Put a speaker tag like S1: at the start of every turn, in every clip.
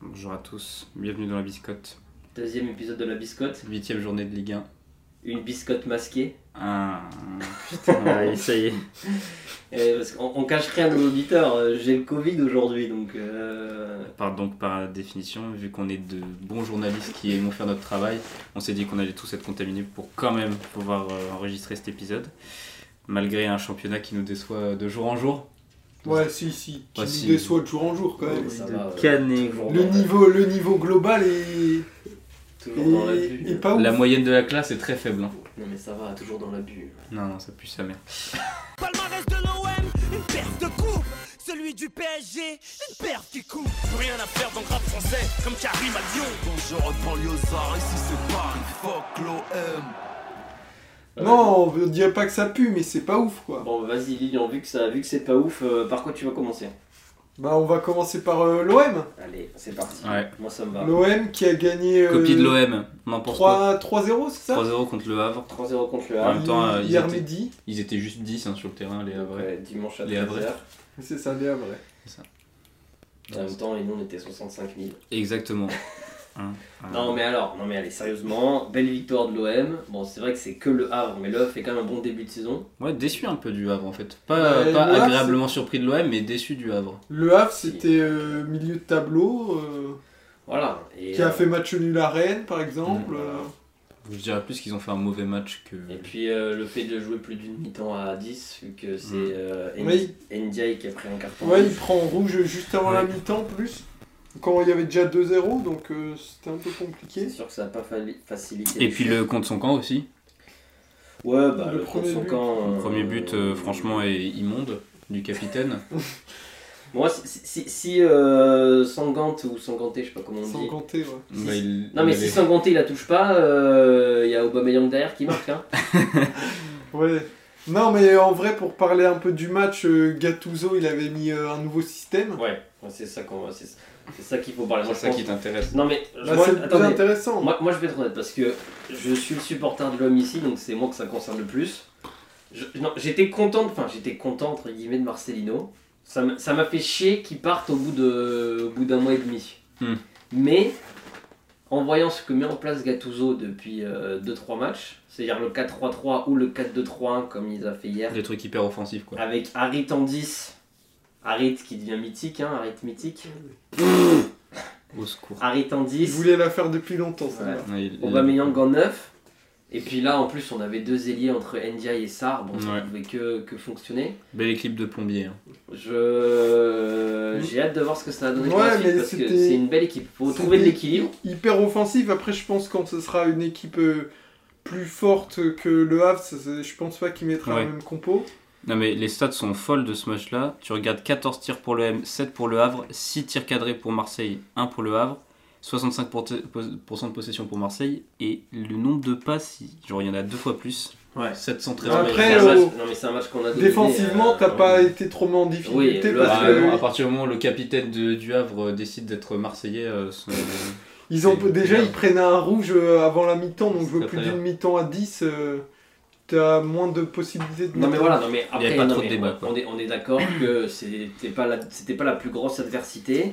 S1: Bonjour à tous, bienvenue dans la biscotte.
S2: Deuxième épisode de la biscotte,
S1: Huitième journée de Ligue 1.
S2: une biscotte masquée.
S1: Ah, putain, ouais, ça y est.
S2: Eh, parce qu'on on cache rien à nos auditeurs, euh, j'ai le Covid aujourd'hui donc. euh,
S1: Par, donc par définition, vu qu'on est de bons journalistes qui aiment faire notre travail, on s'est dit qu'on allait tous être contaminés pour quand même pouvoir euh, enregistrer cet épisode. Malgré un championnat qui nous déçoit de jour en jour.
S3: Ouais, si, si, qui
S1: Ouais,
S3: nous
S1: si.
S3: déçoit de jour en jour quand même.
S2: ça
S1: de
S2: va, euh,
S1: Canet.
S2: toujours
S3: Le
S2: dans-
S3: niveau, le niveau global est,
S2: Toujours dans
S3: est-
S2: l'abus.
S3: est pas ouf.
S1: La moyenne de la classe est très faible. hein.
S2: Non mais ça va, toujours dans l'abus.
S1: Non, non, ça pue sa mère.
S4: Palmarès de l'OM, une perte de coupe. Celui du PSG, une perte qui coupe. Plus rien à faire dans le rap français, comme Karim à Lyon. Bonjour, banlieusard, ici c'est Paris, fuck l'OM.
S3: Non, on dirait pas que ça pue, mais c'est pas ouf quoi.
S2: Bon vas-y Lilian, vu que ça, vu que c'est pas ouf, euh, par quoi tu vas commencer
S3: Bah, on va commencer par euh, l'OM.
S2: Allez, c'est parti.
S1: Ouais.
S2: Moi ça me va.
S3: L'OM qui a gagné euh,
S1: Ah. Copie de l'OM, on en pense quoi
S3: 3 3-0, c'est ça
S1: 3-0 contre le Havre.
S2: 3-0 contre le
S1: En
S2: Havre.
S1: même temps, euh, ils
S3: Hier
S1: étaient-
S3: midi.
S1: Ils étaient juste 10 hein, sur le terrain, les
S2: Donc,
S1: Havrais.
S2: euh, dimanche à
S1: Les Havrais.
S2: 13h.
S3: C'est ça, bien vrai.
S2: En même temps, les noms étaient 65 000.
S1: Exactement. Hein, hein.
S2: Non mais alors, non mais allez, sérieusement, belle victoire de l'OM. Bon, c'est vrai que c'est que le Havre, mais le Havre fait quand même un bon début de saison.
S1: Ouais, déçu un peu du Havre en fait. Pas,
S3: Ouais,
S1: pas
S3: moi,
S1: agréablement surpris de l'OM, mais déçu du Havre.
S3: Le Havre, c'était euh, milieu de tableau, euh,
S2: Voilà. Et,
S3: qui a
S2: euh,
S3: fait match nul à Rennes par exemple.
S2: Mmh.
S3: euh.
S1: Je dirais plus qu'ils ont fait un mauvais match que.
S2: Et puis euh, le fait de jouer plus d'une mi-temps à 10, vu que c'est
S1: Mm.
S2: euh, N-
S3: Oui.
S2: Ndiaye qui a pris un carton.
S3: Euh, Ouais, il
S2: rouge.
S3: prend rouge juste avant
S1: Ouais.
S3: la mi-temps plus. Quand il y avait déjà 2-0, donc euh, c'était un peu compliqué.
S2: C'est sûr que ça n'a pas fali- facilité.
S1: Et
S2: les
S1: puis
S2: choses.
S1: le contre son camp aussi.
S2: Ouais, bah
S3: le
S2: le,
S3: premier
S2: son
S3: but.
S2: camp.
S1: Le
S2: euh,
S1: premier but, euh, franchement, est immonde du capitaine.
S2: Moi, si, si, si, euh, Sangante ou Sanganté, je sais pas comment on dit.
S3: Sans compter, ouais.
S2: Si-
S1: Bah, il-
S2: Non, mais
S1: il
S2: si
S1: avait-
S2: Sanganté il la touche pas, euh, il y a Aubameyang derrière qui marque. Hein.
S3: Ouais. Non, mais en vrai, pour parler un peu du match, euh, Gattuso, il avait mis euh, un nouveau système.
S2: ouais, ouais, c'est ça qu'on c'est c'est ça qu'il faut parler. Moi,
S1: C'est
S2: je
S1: ça
S2: pense-
S1: qui t'intéresse.
S2: Non, mais
S3: Là,
S2: moi,
S3: Bah, c'est plus
S2: attendez.
S3: intéressant.
S2: Moi, moi, je vais être honnête parce que je suis le supporter de l'homme ici, donc c'est moi que ça concerne le plus. Je- non, J'étais content, enfin j'étais content entre guillemets de Marcelino. Ça m'a ça m'a fait chier qu'il parte au bout de- au bout d'un mois et demi.
S1: Hmm.
S2: Mais en voyant ce que met en place Gattuso depuis 2-3 matchs, c'est-à-dire le 4-3-3 ou le 4-2-3-1 comme il a fait hier,
S1: Des trucs hyper offensifs quoi.
S2: avec Harit en 10, Harit qui devient mythique, hein, Harit mythique,
S1: Au secours.
S2: Harit en
S3: Il
S2: 10,
S3: voulait la faire depuis longtemps, ça.
S2: Ouais.
S1: Ouais, il-
S2: Ah. Aubameyang en 9. Et puis là, en plus, on avait deux ailiers entre Ndiaye et Sar. Bon, ça
S1: Ouais.
S2: pouvait que, que fonctionner.
S1: Belle équipe de plombier. hein.
S2: Je... J'ai hâte de voir ce que ça a donné pour la
S3: Ouais,
S2: suite
S3: mais
S2: parce que
S3: c'était-
S2: c'est une belle équipe. Faut trouver de
S3: c'était-
S2: l'équilibre.
S3: Hyper offensif. Après, je pense quand ce sera une équipe euh, plus forte que le Havre, ça, ça- je pense pas qu'il mettra
S1: Ouais.
S3: la même compo.
S1: Non mais les stats sont folles de ce match-là. Tu regardes 14 tirs pour l'OM, 7 pour le Havre, 6 tirs cadrés pour Marseille, 1 pour le Havre, 65% de possession pour Marseille et le nombre de passes, il- genre il y en a deux fois plus.
S2: Ouais.
S1: 713
S2: Non, mais
S3: Après,
S2: c'est un
S3: euh,
S2: match- non, mais c'est un match qu'on a dominé.
S3: Défensivement,
S2: euh,
S3: t'as pas
S2: ouais.
S3: été trop mis en difficulté
S2: Oui, le
S3: parce
S1: Ah,
S2: Havre,
S3: que
S1: non, à partir du moment où le capitaine de, du Havre euh, décide d'être marseillais, euh, son-
S3: ils ont
S1: c'est-
S3: déjà
S1: c'est-
S3: ils prennent un rouge euh, avant la mi-temps, donc
S1: C'est
S3: jouer
S1: très,
S3: plus
S1: très
S3: d'une mi-temps à 10, euh, t'as moins de possibilités de
S2: Non mais
S3: mettre-
S2: voilà, non mais
S1: Il y
S2: après,
S1: avait pas
S2: non,
S1: trop de
S2: mais
S1: débat, quoi.
S2: on est, on est d'accord que c'était pas, la, c'était pas la plus grosse adversité,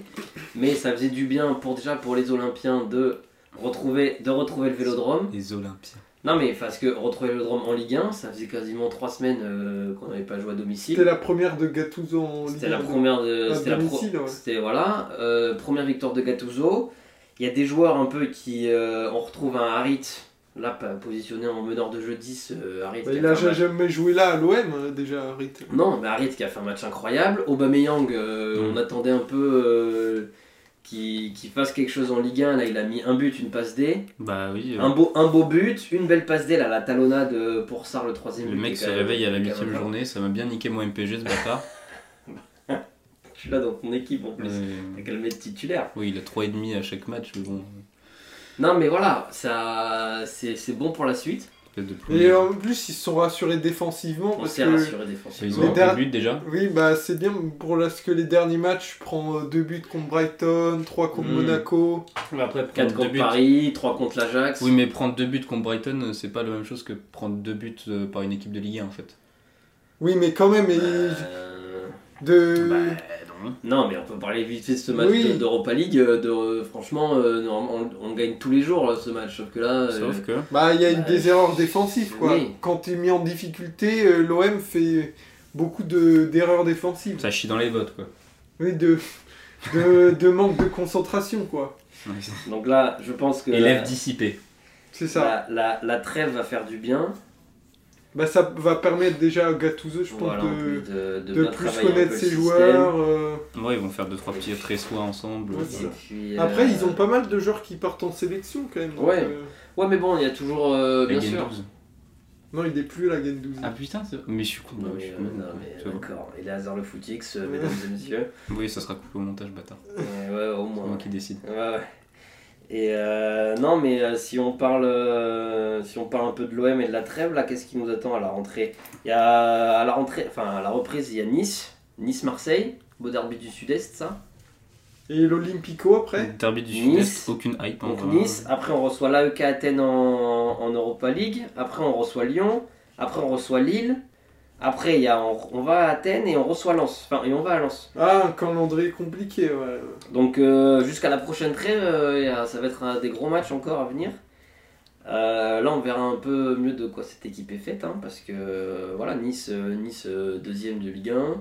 S2: mais ça faisait du bien pour déjà pour les Olympiens de retrouver, de retrouver le Vélodrome.
S1: les Olympiens.
S2: Non mais parce que retrouver le Vélodrome en Ligue 1, ça faisait quasiment 3 semaines euh, qu'on n'avait pas joué à domicile.
S3: C'était la première de Gattuso en
S2: C'était
S3: Ligue
S2: la
S3: un.
S2: première de.
S3: à
S2: C'était la pro-
S3: domicile, ouais.
S2: C'était voilà. euh, première victoire de Gattuso. Il y a des joueurs un peu qui. euh, on retrouve un Harit, là pas- positionné en meneur de jeu 10. euh, Harit
S3: Bah,
S2: qui
S3: il
S2: a
S3: a
S2: fait un match-
S3: jamais joué là à l'OM euh, déjà, Harit.
S2: Non, mais Harit qui a fait un match incroyable. Aubameyang, euh,
S1: Mm.
S2: on attendait un peu euh, qu'il qu'il fasse quelque chose en Ligue 1. Là, il a mis un but, une passe D.
S1: Bah oui, euh,
S2: Un, beau, un beau but, une belle passe D, là, la talonnade euh, pour Sarr, le troisième
S1: le
S2: but,
S1: mec
S2: qui est
S1: se
S2: quand même-
S1: réveille à la
S2: qui est quand même
S1: 8ème
S2: pas-
S1: journée, ça m'a bien niqué mon MPG ce bâtard.
S2: Je suis là dans ton équipe en plus.
S1: Euh,
S2: T'as qu'à le mettre titulaire.
S1: Oui, il a 3,5 à chaque match, mais bon,
S2: Non, mais voilà, ça, c'est c'est bon pour la suite.
S1: espèce de plombier.
S3: Et euh, en plus, ils se sont rassurés défensivement.
S2: On
S3: parce
S2: s'est
S3: que...
S2: rassuré
S1: Ils
S2: défensivement.
S1: ont
S3: les
S1: un
S3: derniers-
S1: but déjà
S3: Oui, bah c'est bien pour la- parce que les derniers matchs, je prends euh, deux buts contre Brighton, trois contre
S2: Mm.
S3: Monaco.
S1: Après,
S2: 4 contre Paris, 3 contre l'Ajax.
S1: Oui, mais prendre deux buts contre Brighton, euh, c'est pas la même chose que prendre deux buts euh, par une équipe de Ligue 1 en fait.
S3: Oui, mais quand même, et
S2: Euh,
S3: de...
S2: bah, dans
S1: Non.
S2: Non, mais on peut parler vite fait de ce match
S3: Oui.
S2: de- d'Europa League. euh, De, euh, franchement, euh, non, on, on gagne tous les jours euh, ce match, sauf que là. euh,
S1: Sauf que.
S3: Bah, il y a une
S2: Bah,
S3: des erreurs défensives, quoi.
S2: oui.
S3: Quand tu es mis en difficulté, euh, l'OM fait beaucoup de- d'erreurs défensives.
S1: Ça chie dans les bottes, quoi.
S3: Oui, de, de, de manque de concentration, quoi.
S2: Donc là, je pense que.
S1: Élève
S2: la-
S1: dissipé.
S3: C'est ça.
S2: la, la, la trêve va faire du bien.
S3: Bah, ça va permettre déjà à Gattuso, je pense,
S2: Voilà, en plus de,
S3: de,
S2: de
S3: de
S2: bien
S3: plus
S2: travailler un
S3: connaître
S2: peu le
S3: ses
S2: système.
S3: joueurs. euh.
S1: Ouais, ils vont faire deux trois petits tressois ensemble.
S3: Ouais,
S2: Et
S3: voilà.
S2: puis, euh,
S3: Après, ils ont pas mal de joueurs qui partent en sélection, quand même. donc,
S2: Ouais.
S3: euh,
S2: Ouais, mais bon, il y a toujours. euh, bien
S1: Et
S2: sûr.
S1: Guendouzi.
S3: Non, il est plus là, Gendouzi.
S1: Ah putain, c'est- mais je suis con.
S2: Non,
S1: je
S2: mais,
S1: suis
S2: euh,
S1: con.
S2: non, mais
S1: C'est bon.
S2: d'accord. Et les hasards le footix, euh, mesdames et messieurs.
S1: Oui, ça sera coupé au montage, bâtard.
S2: Euh, ouais, au
S1: C'est
S2: moins.
S1: moi qui décide.
S2: Ouais, ouais. Et euh, non, mais euh, si on parle, euh, si on parle un peu de l'OM et de la trêve, là, qu'est-ce qui nous attend à la rentrée Il y a à la rentrée, enfin à la reprise, il y a Nice, Nice-Marseille, beau derby du Sud-Est, ça.
S3: Et l'Olympico, après
S1: Derby du
S2: Nice.
S1: Sud-Est, aucune hype. hein. en
S2: Donc
S1: vrai.
S2: Nice. Après, on reçoit l'AEK Athènes en, en Europa League. Après, on reçoit Lyon. Après, on reçoit Lille. Après, il y a, on, on va à Athènes et on reçoit Lens. Enfin, et on va à Lens.
S3: Ah, un calendrier compliqué, ouais.
S2: Donc euh, jusqu'à la prochaine trêve, euh, il y a- ça va être un des gros matchs encore à venir. Euh, là, on verra un peu mieux de quoi cette équipe est faite, hein, parce que euh, voilà, Nice, euh, Nice euh, deuxième de Ligue 1.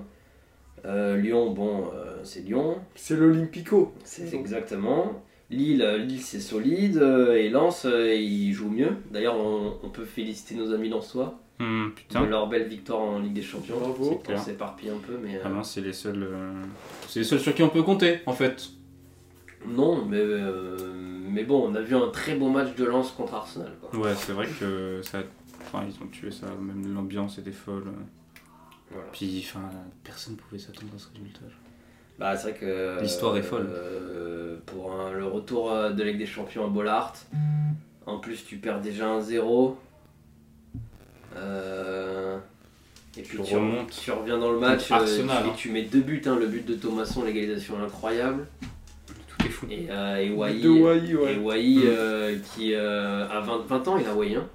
S2: Euh, Lyon, bon, euh, c'est Lyon,
S3: C'est l'Olympico.
S2: c'est
S3: Mhm.
S2: exactement. Lille, euh, Lille c'est solide, euh, et Lens, euh, ils jouent mieux. D'ailleurs, on, on peut féliciter nos amis lensois
S1: Hum,
S2: de
S1: putain.
S2: leur belle victoire en Ligue des Champions.
S3: Bravo.
S1: C'est
S2: On
S1: clair.
S2: s'éparpille un peu, mais... euh,
S1: Ah non, c'est les seuls. euh, C'est les seuls sur qui on peut compter, en fait.
S2: Non, mais, euh, mais bon, on a vu un très beau match de lance contre Arsenal. Quoi.
S1: Ouais, c'est vrai que ça. Enfin, ils ont tué ça, même l'ambiance était folle.
S2: Voilà.
S1: Puis, enfin, personne pouvait s'attendre à ce résultat.
S2: Bah, c'est vrai que. euh,
S1: L'histoire est folle.
S2: euh, pour un- le retour euh, de Ligue des Champions à Bollard, en plus, tu perds déjà un 0. Euh, et puis
S1: Tu
S2: tu,
S1: remontes.
S2: tu reviens dans le match
S1: Contre Arsenal,
S2: tu-
S1: hein.
S2: et tu mets deux buts. hein, le but de Thomasson, l'égalisation incroyable.
S1: Tout est fou.
S2: Et, euh, et Wai-
S3: De Wai,
S2: et
S3: ouais.
S2: Wai,
S1: Mm.
S2: euh, qui euh, a 20, 20 ans, il a Wai, hein,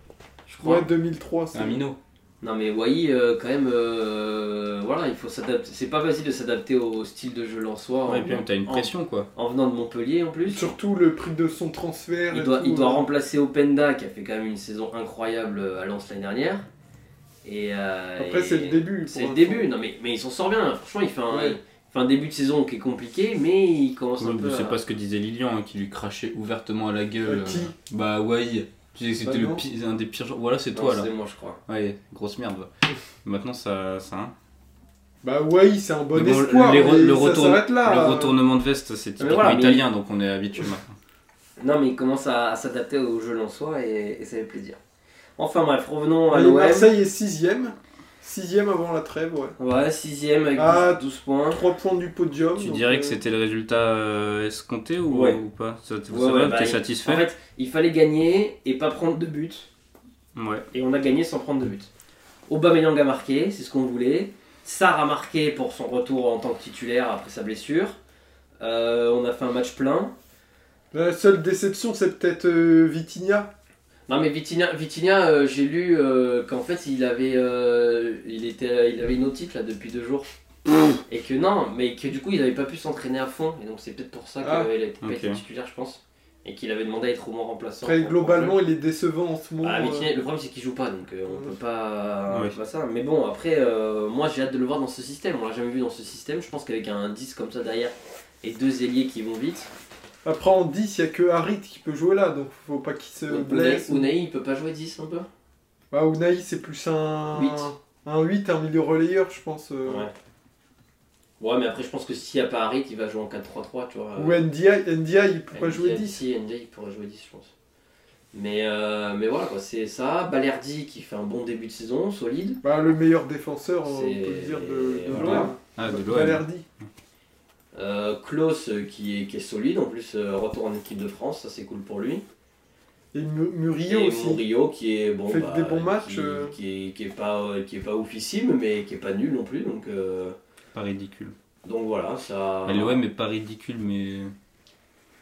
S2: je crois.
S3: Ouais, 2003, c'est
S1: Un minot.
S2: Non mais Wai, quand même, euh, voilà, il faut s'adapter. C'est pas facile de s'adapter au style de jeu lensois en,
S1: Ouais, et puis t'as une
S2: en-
S1: pression, quoi.
S2: en venant de Montpellier en plus.
S3: Surtout le prix de son transfert.
S2: Il
S3: et
S2: doit,
S3: tout, euh.
S2: il doit
S3: ouais.
S2: remplacer Openda qui a fait quand même une saison incroyable euh, à Lens l'année dernière. Et euh,
S3: Après,
S2: et-
S3: c'est le début.
S2: C'est
S3: pour
S2: le
S3: l'instant.
S2: début, non mais, mais il s'en sort bien. Franchement, il fait un,
S3: Ouais.
S2: il fait un début de saison qui est compliqué, mais il commence un
S1: Oui,
S2: peu.
S1: mais c'est
S2: à-
S1: pas ce que disait Lilian, hein, qui lui crachait ouvertement à la gueule.
S3: Euh, qui
S1: euh, Bah, Wai. Tu sais que
S3: Bah,
S1: c'était le
S3: non.
S1: pire, un des pires gens. Voilà, c'est
S2: Non,
S1: toi, là.
S2: C'est moi, je crois.
S1: Ouais, grosse merde. va. Maintenant, ça. ça hein.
S3: Bah, ouais, c'est un bon,
S1: Mais bon,
S3: espoir.
S1: les re-
S3: mais
S1: le
S3: ça
S1: retourne-
S3: s'arrête là.
S1: Le retournement de veste, c'est typiquement
S2: voilà, mais-
S1: italien, donc on est habitué maintenant.
S2: Non mais il commence à, à s'adapter au jeu lensois et, et ça fait plaisir. Enfin bref, revenons à
S3: Et
S2: l'OM.
S3: Marseille est 6 Sixième avant la trêve, ouais.
S2: Ouais, sixième avec
S3: Ah,
S2: 12 points.
S3: 3 points du podium.
S1: Tu
S3: donc,
S1: dirais que
S3: euh,
S1: c'était le résultat euh, escompté ou,
S2: Ouais.
S1: ou pas Ça, t- ça
S2: Ouais, ouais,
S1: va,
S2: bah,
S1: T'es
S2: il-
S1: satisfait
S2: En fait, il fallait gagner et pas prendre de but.
S1: Ouais.
S2: Et on a gagné sans prendre de but. Aubameyang a marqué, c'est ce qu'on voulait. Sarr a marqué pour son retour en tant que titulaire après sa blessure. Euh, on a fait un match plein.
S3: La seule déception, c'est peut-être euh, Vitinha.
S2: Non mais Vitinha, Vitinha, euh, j'ai lu euh, qu'en fait il avait, euh, il était, il avait une otite là depuis deux jours. Et que non, mais que du coup il n'avait pas pu s'entraîner à fond. Et donc c'est peut-être pour ça qu'il
S3: Ah,
S2: avait pas
S1: ok.
S2: été titulaire, je pense. Et qu'il avait demandé à être au moins remplaçant.
S3: Après,
S2: pour- pour
S3: globalement, il est décevant en ce moment.
S2: Ah, mais
S3: euh,
S2: Tinelli, le problème c'est qu'il joue pas donc euh, on
S3: Ouais.
S2: peut pas, on
S1: Ouais.
S2: peut pas ça. Mais bon après euh, moi j'ai hâte de le voir dans ce système. On l'a jamais vu dans ce système. Je pense qu'avec un 10 comme ça derrière et deux ailiers qui vont vite.
S3: Après, en 10, il n'y a que Harit qui peut jouer là, donc faut pas qu'il se
S2: Unai-
S3: blesse.
S2: Unai il peut pas jouer 10 un peu.
S3: Bah, Unai, c'est plus un...
S2: Huit.
S3: un 8, un milieu relayeur, je pense. euh.
S2: Ouais. Ouais mais après je pense que s'il y a pas Harit il va jouer en 4-3-3 tu vois.
S3: Ou NDI, NDI, il peut pas
S2: NDI,
S3: jouer 10.
S2: Si NDI, il pourrait jouer 10 je pense. Mais, euh, mais voilà quoi c'est ça. Balerdi qui fait un bon début de saison solide.
S3: Bah, le meilleur défenseur, on peut
S2: C'est-
S3: le dire, de, de
S2: Voilà.
S3: l'OM.
S1: Ah, de l'OM.
S3: Valerdi.
S2: Euh, Klaus euh, qui est, qui est solide en plus euh, retour en équipe de France ça c'est cool pour lui.
S3: Et Mu- Murillo
S2: et
S3: aussi.
S2: Murillo qui est bon
S3: Fait
S2: bah,
S3: des bons
S2: qui-
S3: matchs,
S2: qui,
S3: euh.
S2: est, qui est pas euh, qui est pas oufissime mais qui est pas nul non plus donc euh,
S1: Pas ridicule.
S2: donc voilà ça
S1: Bah, L'OM est pas ridicule, mais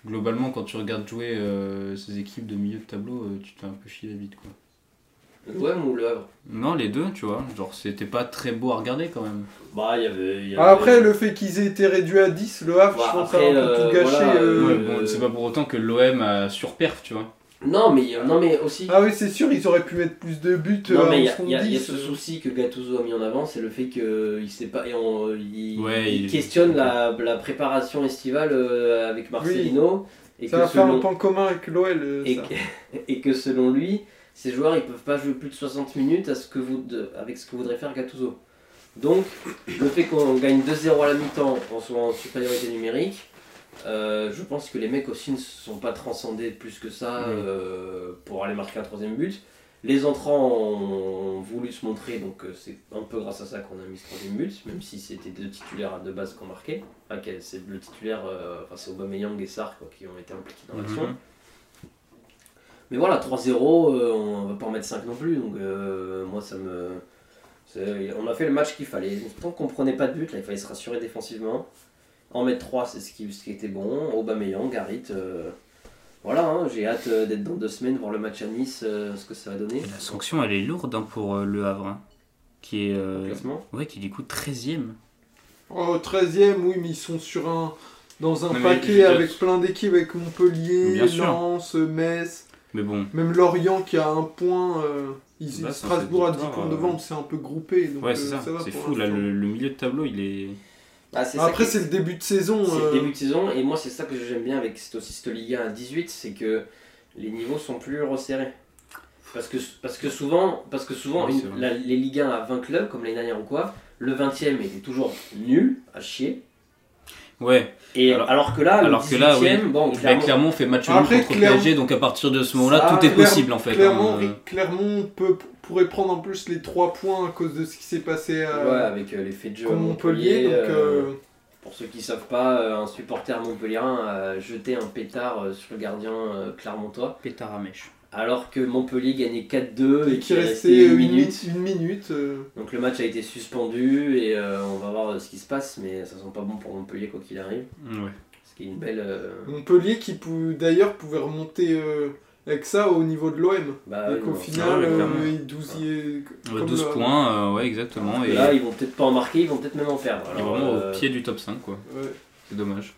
S1: globalement, quand tu regardes jouer euh, ces équipes de milieu de tableau, euh, tu te fais un peu chier la bite, quoi.
S2: L'OM ou le Havre
S1: Non, les deux, tu vois. Genre, c'était pas très beau à regarder quand même.
S2: Bah, il y avait. il y avait-
S3: Ah, Après, le fait qu'ils aient été réduits à 10, le Havre,
S2: Bah,
S3: je pense,
S2: après,
S3: a un peu
S2: euh,
S3: tout gâché.
S2: voilà,
S3: euh.
S1: Ouais,
S2: euh,
S1: bon, c'est pas pour autant que l'OM a surperf, tu vois.
S2: Non, mais, euh, non, mais aussi.
S3: Ah oui, c'est sûr, ils auraient pu mettre plus de buts euh,
S2: Non, mais il y
S3: en
S2: a-
S3: son
S2: il y, a- il y a
S3: 10,
S2: ce
S3: euh.
S2: souci que Gattuso a mis en avant, c'est le fait qu'il sait pas. Et on- il,
S1: Ouais,
S2: il
S1: il-
S2: questionne la, la préparation estivale euh, avec Marcelino. Et,
S3: Ça
S2: que
S3: va faire un
S2: selon,
S3: point commun avec l'OL. euh,
S2: et,
S3: ça.
S2: que, et que selon lui, ces joueurs ils peuvent pas jouer plus de 60 minutes à ce que vous, de- avec ce que voudrait faire Gattuso. Donc, le fait qu'on gagne 2-0 à la mi-temps en soit en supériorité numérique. euh, je pense que les mecs aussi ne se sont pas transcendés plus que ça
S1: Oui.
S2: euh, pour aller marquer un troisième but. Les entrants ont voulu se montrer, donc euh, c'est un peu grâce à ça qu'on a mis ce troisième but, même si c'était deux titulaires de base qu'on marquait. Enfin, que- Ah, c'est le titulaire, euh, enfin c'est Aubameyang et Sarr quoi, qui ont été impliqués dans l'action.
S1: Mhm.
S2: Mais voilà, 3-0, euh, on va pas en mettre 5 non plus, donc euh, moi ça me... c'est- On a fait le match qu'il fallait. Tant qu'on prenait pas de but, là, il fallait se rassurer défensivement. En mettre 3, c'est ce qui, ce qui était bon. Aubameyang, Garit... euh, Voilà, hein, j'ai hâte euh, d'être dans deux semaines, voir le match à Nice, euh, ce que ça va donner.
S1: Et la sanction, elle est lourde hein, pour euh, le Havre. hein, qui est.
S2: Au
S1: euh,
S2: classement.
S1: Ouais, qui est du coup 13 e
S3: Oh, 13ème, oui, mais ils sont sur un. Dans un
S1: Non, mais
S3: paquet
S1: je-
S3: avec plein d'équipes, avec Montpellier,
S1: Bien sûr.
S3: Lens, Metz,
S1: Mais bon.
S3: même Lorient qui a un point. euh, ils-
S1: Bah, ça,
S3: Strasbourg
S1: c'est
S3: a 10
S1: victoire,
S3: points
S1: euh.
S3: devant, donc c'est un peu groupé. Donc,
S1: Ouais,
S3: euh,
S1: c'est ça.
S3: va
S1: c'est
S3: pour
S1: fou, là,
S3: l'instant.
S1: le, le milieu de tableau, il est.
S2: Bah, c'est ça
S3: Après,
S2: qui-
S3: c'est le début de saison.
S2: C'est
S3: euh,
S2: le début de saison, et moi c'est ça que j'aime bien avec cette, aussi cette Ligue 1 à 18, c'est que les niveaux sont plus resserrés. Parce que, parce que souvent, parce que souvent
S1: Oui,
S2: une-
S1: c'est vrai.
S2: la- les Ligue 1 à 20 clubs, comme l'année dernière ou quoi, le 20 e était toujours nul, à chier.
S1: Ouais,
S2: Et alors,
S1: Alors-
S2: que là,
S1: alors
S2: le
S1: que là,
S2: 18e,
S1: oui.
S2: bon,
S1: bah,
S2: clairement,
S1: Clermont, fait match nul
S3: Après,
S1: contre le
S3: Clermont-
S1: PSG, donc à partir de ce moment-là,
S3: Ça,
S1: tout est
S3: Clermont-
S1: possible en fait.
S3: Clermont,
S1: hein, euh.
S3: Clermont peut, pourrait prendre en plus les 3 points à cause de ce qui s'est passé à
S2: ouais, avec euh, l'effet de jeu à
S3: contre Montpellier. donc,
S2: euh,
S3: euh,
S2: Pour ceux qui savent pas, euh, un supporter montpellierin a jeté un pétard euh, sur le gardien euh, clermontois,
S1: Pétard à mèche.
S2: alors que Montpellier gagnait 4-2 et
S3: euh, qui
S2: qu'il
S3: restait
S2: restait
S3: une
S2: 1
S3: minute.
S2: minute.
S3: Une minute euh,
S2: Donc le match a été suspendu et euh, on va voir euh, ce qui se passe, mais ça sent pas bon pour Montpellier quoi qu'il arrive.
S1: Ouais.
S2: Ce qui est une belle. euh,
S3: Montpellier qui pou- d'ailleurs pouvait remonter euh, avec ça au niveau de l'OM.
S2: bah,
S3: et
S2: oui,
S3: qu'au
S2: non.
S3: final,
S1: ouais,
S3: euh,
S1: ah clairement.
S3: ils douzillaient-
S1: Ouais,
S3: comme
S1: 12
S3: le-
S1: points, euh, ouais, exactement. Et,
S2: Là, ils vont peut-être pas en marquer, ils vont peut-être même en perdre.
S1: et
S2: Alors,
S1: vraiment
S2: euh,
S1: au pied du top 5, quoi.
S3: Ouais,
S1: C'est dommage.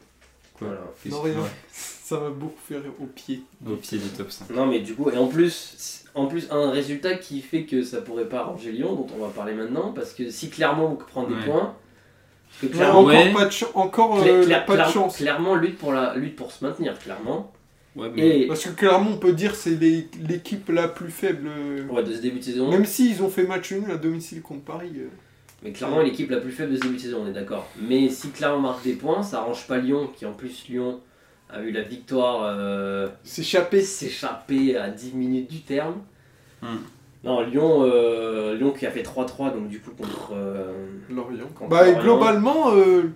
S1: Quoi.
S2: voilà.
S1: Qu'est-ce-
S3: Non, rien.
S1: ouais,
S3: ça m'a beaucoup fait rire au pied.
S1: Au pied du top 5.
S2: Non, mais du coup, et en plus, c'est- en plus, un résultat qui fait que ça pourrait pas arranger Lyon, dont on va parler maintenant, parce que si clairement on prend des
S1: Ouais.
S2: points, parce que
S3: Ouais,
S2: clairement.
S3: encore
S1: ouais.
S3: pas de, ch- encore,
S2: cla-
S3: euh,
S2: cla-
S3: pas de
S2: cla-
S3: chance.
S2: clairement, lutte pour, la, lutte pour se maintenir, clairement.
S1: Ouais, mais.
S2: Et
S3: Parce que clairement, on peut dire c'est les- l'équipe la plus faible. euh,
S2: ouais, de ce début de saison,
S3: Même s'ils ont fait match nul à domicile contre Paris. euh,
S2: Mais clairement, l'équipe la plus faible de ce début de saison, on est d'accord. Mais si Clermont marque des points, ça arrange pas Lyon, qui en plus Lyon a eu la victoire euh,
S3: S'échapper.
S2: s'échapper à 10 minutes du terme.
S1: Hmm.
S2: Non, Lyon, euh, Lyon qui a fait 3-3, donc du coup contre. euh,
S3: Lorient.
S2: Contre
S3: Bah, et
S2: Lorient.
S3: globalement, euh,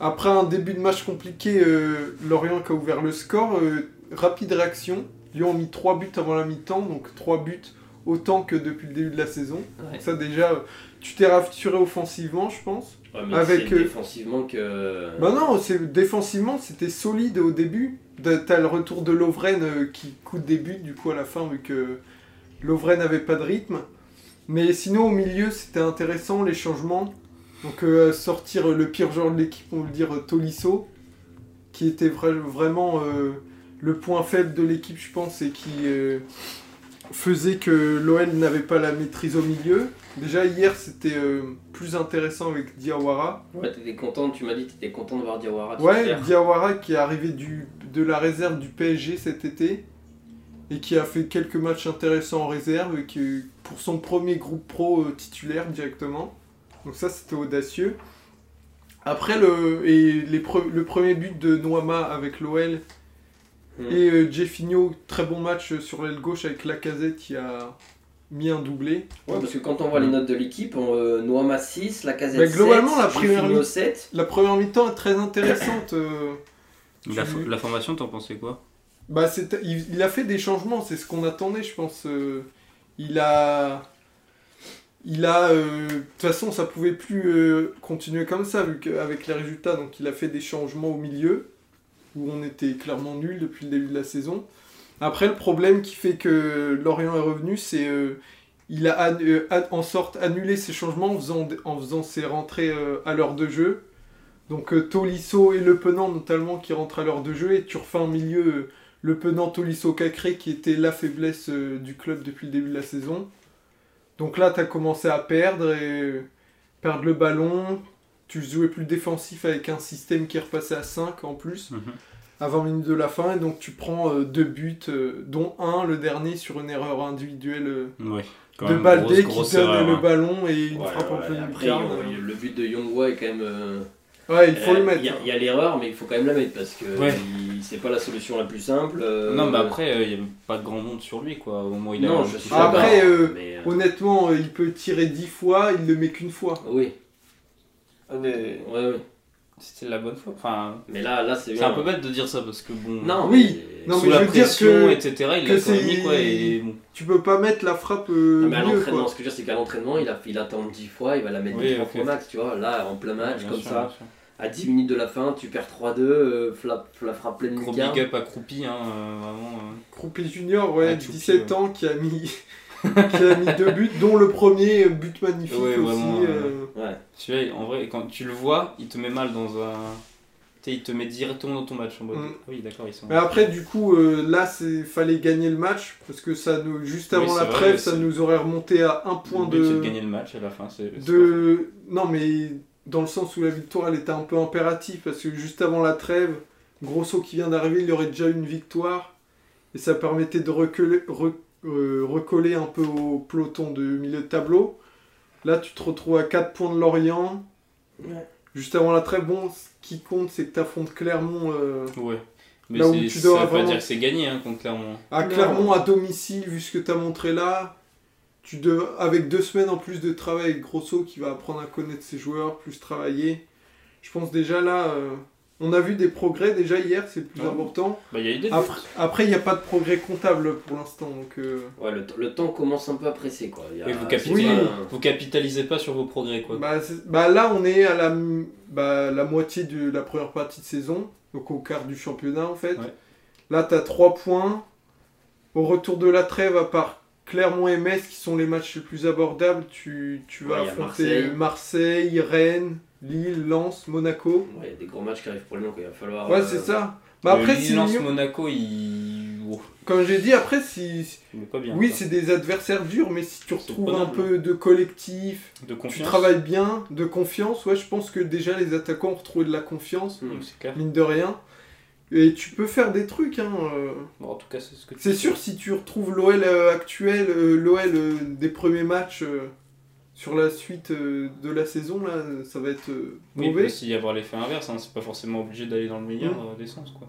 S3: après un début de match compliqué, euh, Lorient qui a ouvert le score, euh, rapide réaction. Lyon a mis 3 buts avant la mi-temps, donc 3 buts autant que depuis le début de la saison.
S2: Ouais.
S3: Donc ça déjà, euh, tu t'es rassuré offensivement, je pense.
S2: ouais, mais
S3: Avec,
S2: c'est
S3: euh,
S2: défensivement que.
S3: Bah non, c'est défensivement, c'était solide au début. T'as t'as le retour de Lovren euh, qui coûte des buts, du coup, à la fin, vu que Lovren n'avait pas de rythme. Mais sinon, au milieu, c'était intéressant, les changements. Donc, euh, sortir le pire joueur de l'équipe, on veut dire euh, Tolisso, qui était vra- vraiment euh, le point faible de l'équipe, je pense, et qui euh, faisait que l'OL n'avait pas la maîtrise au milieu. Déjà, hier, c'était euh, plus intéressant avec Diawara.
S2: Ouais, t'étais content, tu m'as dit que t'étais content de voir Diawara.
S3: Ouais,
S2: titulaire.
S3: Diawara qui est arrivé du, de la réserve du PSG cet été et qui a fait quelques matchs intéressants en réserve et qui, pour son premier groupe pro euh, titulaire directement. Donc ça c'était audacieux. Après le, et les pre- le premier but de Noama avec l'OL
S2: Hmm.
S3: et euh, Jeffinho, très bon match euh, sur l'aile gauche avec Lacazette qui a mis un doublé.
S2: Ouais, parce que quand on voit les notes de l'équipe, on, euh, Noama 6, la casette
S3: Bah, globalement, la première mi-
S2: 7.
S3: La première mi-temps est très intéressante. euh,
S1: La,
S3: tu-
S1: fo- la formation, t'en pensais quoi
S3: Bah, c'est- il, il a fait des changements, c'est ce qu'on attendait, je pense. euh, il a. Il a. euh, De toute façon, ça pouvait plus euh, continuer comme ça, vu qu'avec les résultats, donc il a fait des changements au milieu, où on était clairement nul depuis le début de la saison. Après, le problème qui fait que Lorient est revenu, c'est. euh, il a annu- euh, an- en sorte annulé ses changements en faisant, en faisant ses rentrées euh, à l'heure de jeu. Donc euh, Tolisso et Le Penant notamment qui rentrent à l'heure de jeu et tu refais un milieu euh, Le Penant, Tolisso, Cacré qui était la faiblesse euh, du club depuis le début de la saison. Donc là, tu as commencé à perdre et euh, perdre le ballon. Tu jouais plus défensif avec un système qui repassait à 5 en plus
S1: Mhm.
S3: à 20 minutes de la fin. Et donc tu prends euh, deux buts, euh, dont un, le dernier, sur une erreur individuelle euh,
S1: Ouais. Quand
S3: de
S1: même,
S3: Baldé
S1: grosse,
S3: qui
S1: grosse
S3: donne
S1: erreur,
S3: euh, le
S1: hein.
S3: ballon et une
S2: Ouais,
S3: frappe en
S2: ouais,
S3: pleine
S2: après,
S3: lucarne.
S2: on- le but de Yongwa est quand même. euh,
S3: Ouais, il faut le mettre.
S2: Il Euh, y a- il y a, l'erreur, mais il faut quand même la mettre parce que
S1: Ouais.
S2: il- c'est pas la solution la plus simple. euh,
S1: Non, mais après, euh, il y avait pas de grand monde sur lui, quoi. Au moment où il a.
S2: non,
S1: un
S2: je
S1: petit
S2: suis
S1: peu
S3: d'accord.
S1: d'erreur.
S3: Après, euh,
S2: mais, euh,
S3: Honnêtement, euh, il peut tirer 10 fois, il le met qu'une fois.
S2: oui,
S5: Ah, mais-
S2: ouais, ouais.
S1: C'était la bonne fois. Enfin,
S2: Mais là, là, c'est
S1: c'est un peu bête de dire ça parce que bon.
S2: Non,
S3: Oui.
S2: mais-
S3: Non,
S1: sous
S3: mais je
S1: la
S3: veux dire
S1: pression,
S3: que-
S1: etc. Il
S3: que
S1: l'a quand même
S3: c'est-
S1: mis, quoi. Et bon.
S3: Tu peux pas mettre la frappe euh,
S2: Non, Ah, mais à
S3: milieu,
S2: l'entraînement,
S3: quoi.
S2: ce que je veux dire, c'est qu'à l'entraînement, il, a- il attend 10 fois, il va la mettre
S1: Oui,
S2: 10 fois
S1: ok.
S2: au max, tu vois. Là, en plein match,
S1: Bien
S2: comme
S1: sûr,
S2: ça,
S1: bien sûr.
S2: à 10 minutes de la fin, tu perds 3-2, euh, la, la frappe pleine
S1: Gros
S2: lucarne.
S1: big up accroupi, hein, euh, vraiment. euh.
S3: Croupier Junior, ouais,
S1: Ah, Choupi,
S3: 17
S1: ouais.
S3: ans, qui a mis... qui a mis deux buts, dont le premier euh, but magnifique
S1: Ouais,
S3: aussi.
S1: vraiment,
S3: euh,
S2: Ouais,
S1: Celui-là, en vrai, quand tu le vois, il te met mal dans un. Tu sais, il te met directement dans ton match en mode.
S3: Mm.
S1: Ah Oui, d'accord, ils sont.
S3: Mais après, du coup, euh, là, c'est fallait gagner le match parce que ça nous, juste
S1: Oui,
S3: avant
S1: c'est
S3: la
S1: vrai,
S3: trêve,
S1: mais
S3: ça
S1: c'est-
S3: nous aurait remonté à un point
S1: le but, c'est
S3: de,
S1: de gagner le match à la fin. C'est, c'est
S3: de, non, mais dans le sens où la victoire, elle était un peu impérative parce que juste avant la trêve, Grosso qui vient d'arriver, il aurait déjà eu une victoire et ça permettait de reculer- re- euh, recoller un peu au peloton de milieu de tableau. Là, tu te retrouves à 4 points de Lorient.
S2: Ouais.
S3: Juste avant la trêve, bon, ce qui compte, c'est que tu affrontes Clermont. euh,
S1: pas faux. Ouais. Mais
S3: Là où
S1: c'est-
S3: tu dois
S1: ça veut pas
S3: vraiment-
S1: dire que c'est gagné, hein, contre Clermont.
S3: À
S2: Non.
S3: Clermont, à domicile, vu ce que tu as montré là, tu dev- avec deux semaines en plus de travail avec Grosso qui va apprendre à connaître ses joueurs, plus travailler. Je pense déjà là, euh, on a vu des progrès déjà hier, c'est le plus
S1: Ouais.
S3: important.
S1: Bah, il y a eu des
S3: Après,
S1: doutes.
S3: après, il n'y a pas de progrès comptable pour l'instant. Donc, euh,
S2: ouais le, t- le temps commence un peu à presser, quoi. Il y a-
S1: Ah, Oui, vous,
S2: c'est
S1: capitalisez,
S2: pas-
S1: vous capitalisez pas sur vos progrès, quoi.
S3: bah, c'est- bah, là, on est à la, m- bah, la moitié de la première partie de saison, donc au quart du championnat en fait.
S1: Ouais.
S3: Là, tu as 3 points. Au retour de la trêve, à part Clermont et Metz, qui sont les matchs les plus abordables, tu, tu vas
S2: Ouais, y a
S3: affronter Marseille. Rennes, Lille, Lens, Monaco.
S2: Ouais, il y a des gros matchs qui arrivent pour le long, quoi. il va falloir.
S3: Ouais,
S2: euh,
S3: c'est ça. Mais Bah, après,
S1: le
S3: c'est
S1: Lance
S3: Lyon.
S1: Euh, Monaco, il. Oh,
S3: Comme j'ai dit, après, si...
S1: il est pas bien.
S3: oui,
S1: quoi.
S3: c'est des adversaires durs, mais si tu retrouves un
S1: prenable.
S3: peu de collectif,
S1: de confiance.
S3: tu travailles bien, de confiance, ouais, je pense que déjà les attaquants ont retrouvé de la confiance,
S2: hmm.
S1: Donc, Mm, c'est clair.
S3: mine de rien. Et tu peux faire des trucs, hein. euh.
S1: Bon, en tout cas, c'est ce que tu
S3: C'est sûr, si tu retrouves l'OL euh, actuel, euh, l'OL euh, des premiers matchs euh, sur la suite euh, de la saison, là, euh, ça va être euh,
S1: Oui, il
S3: mauvais, Mm.
S1: peut aussi y avoir l'effet inverse, hein, c'est pas forcément obligé d'aller dans le meilleur euh, des sens, quoi.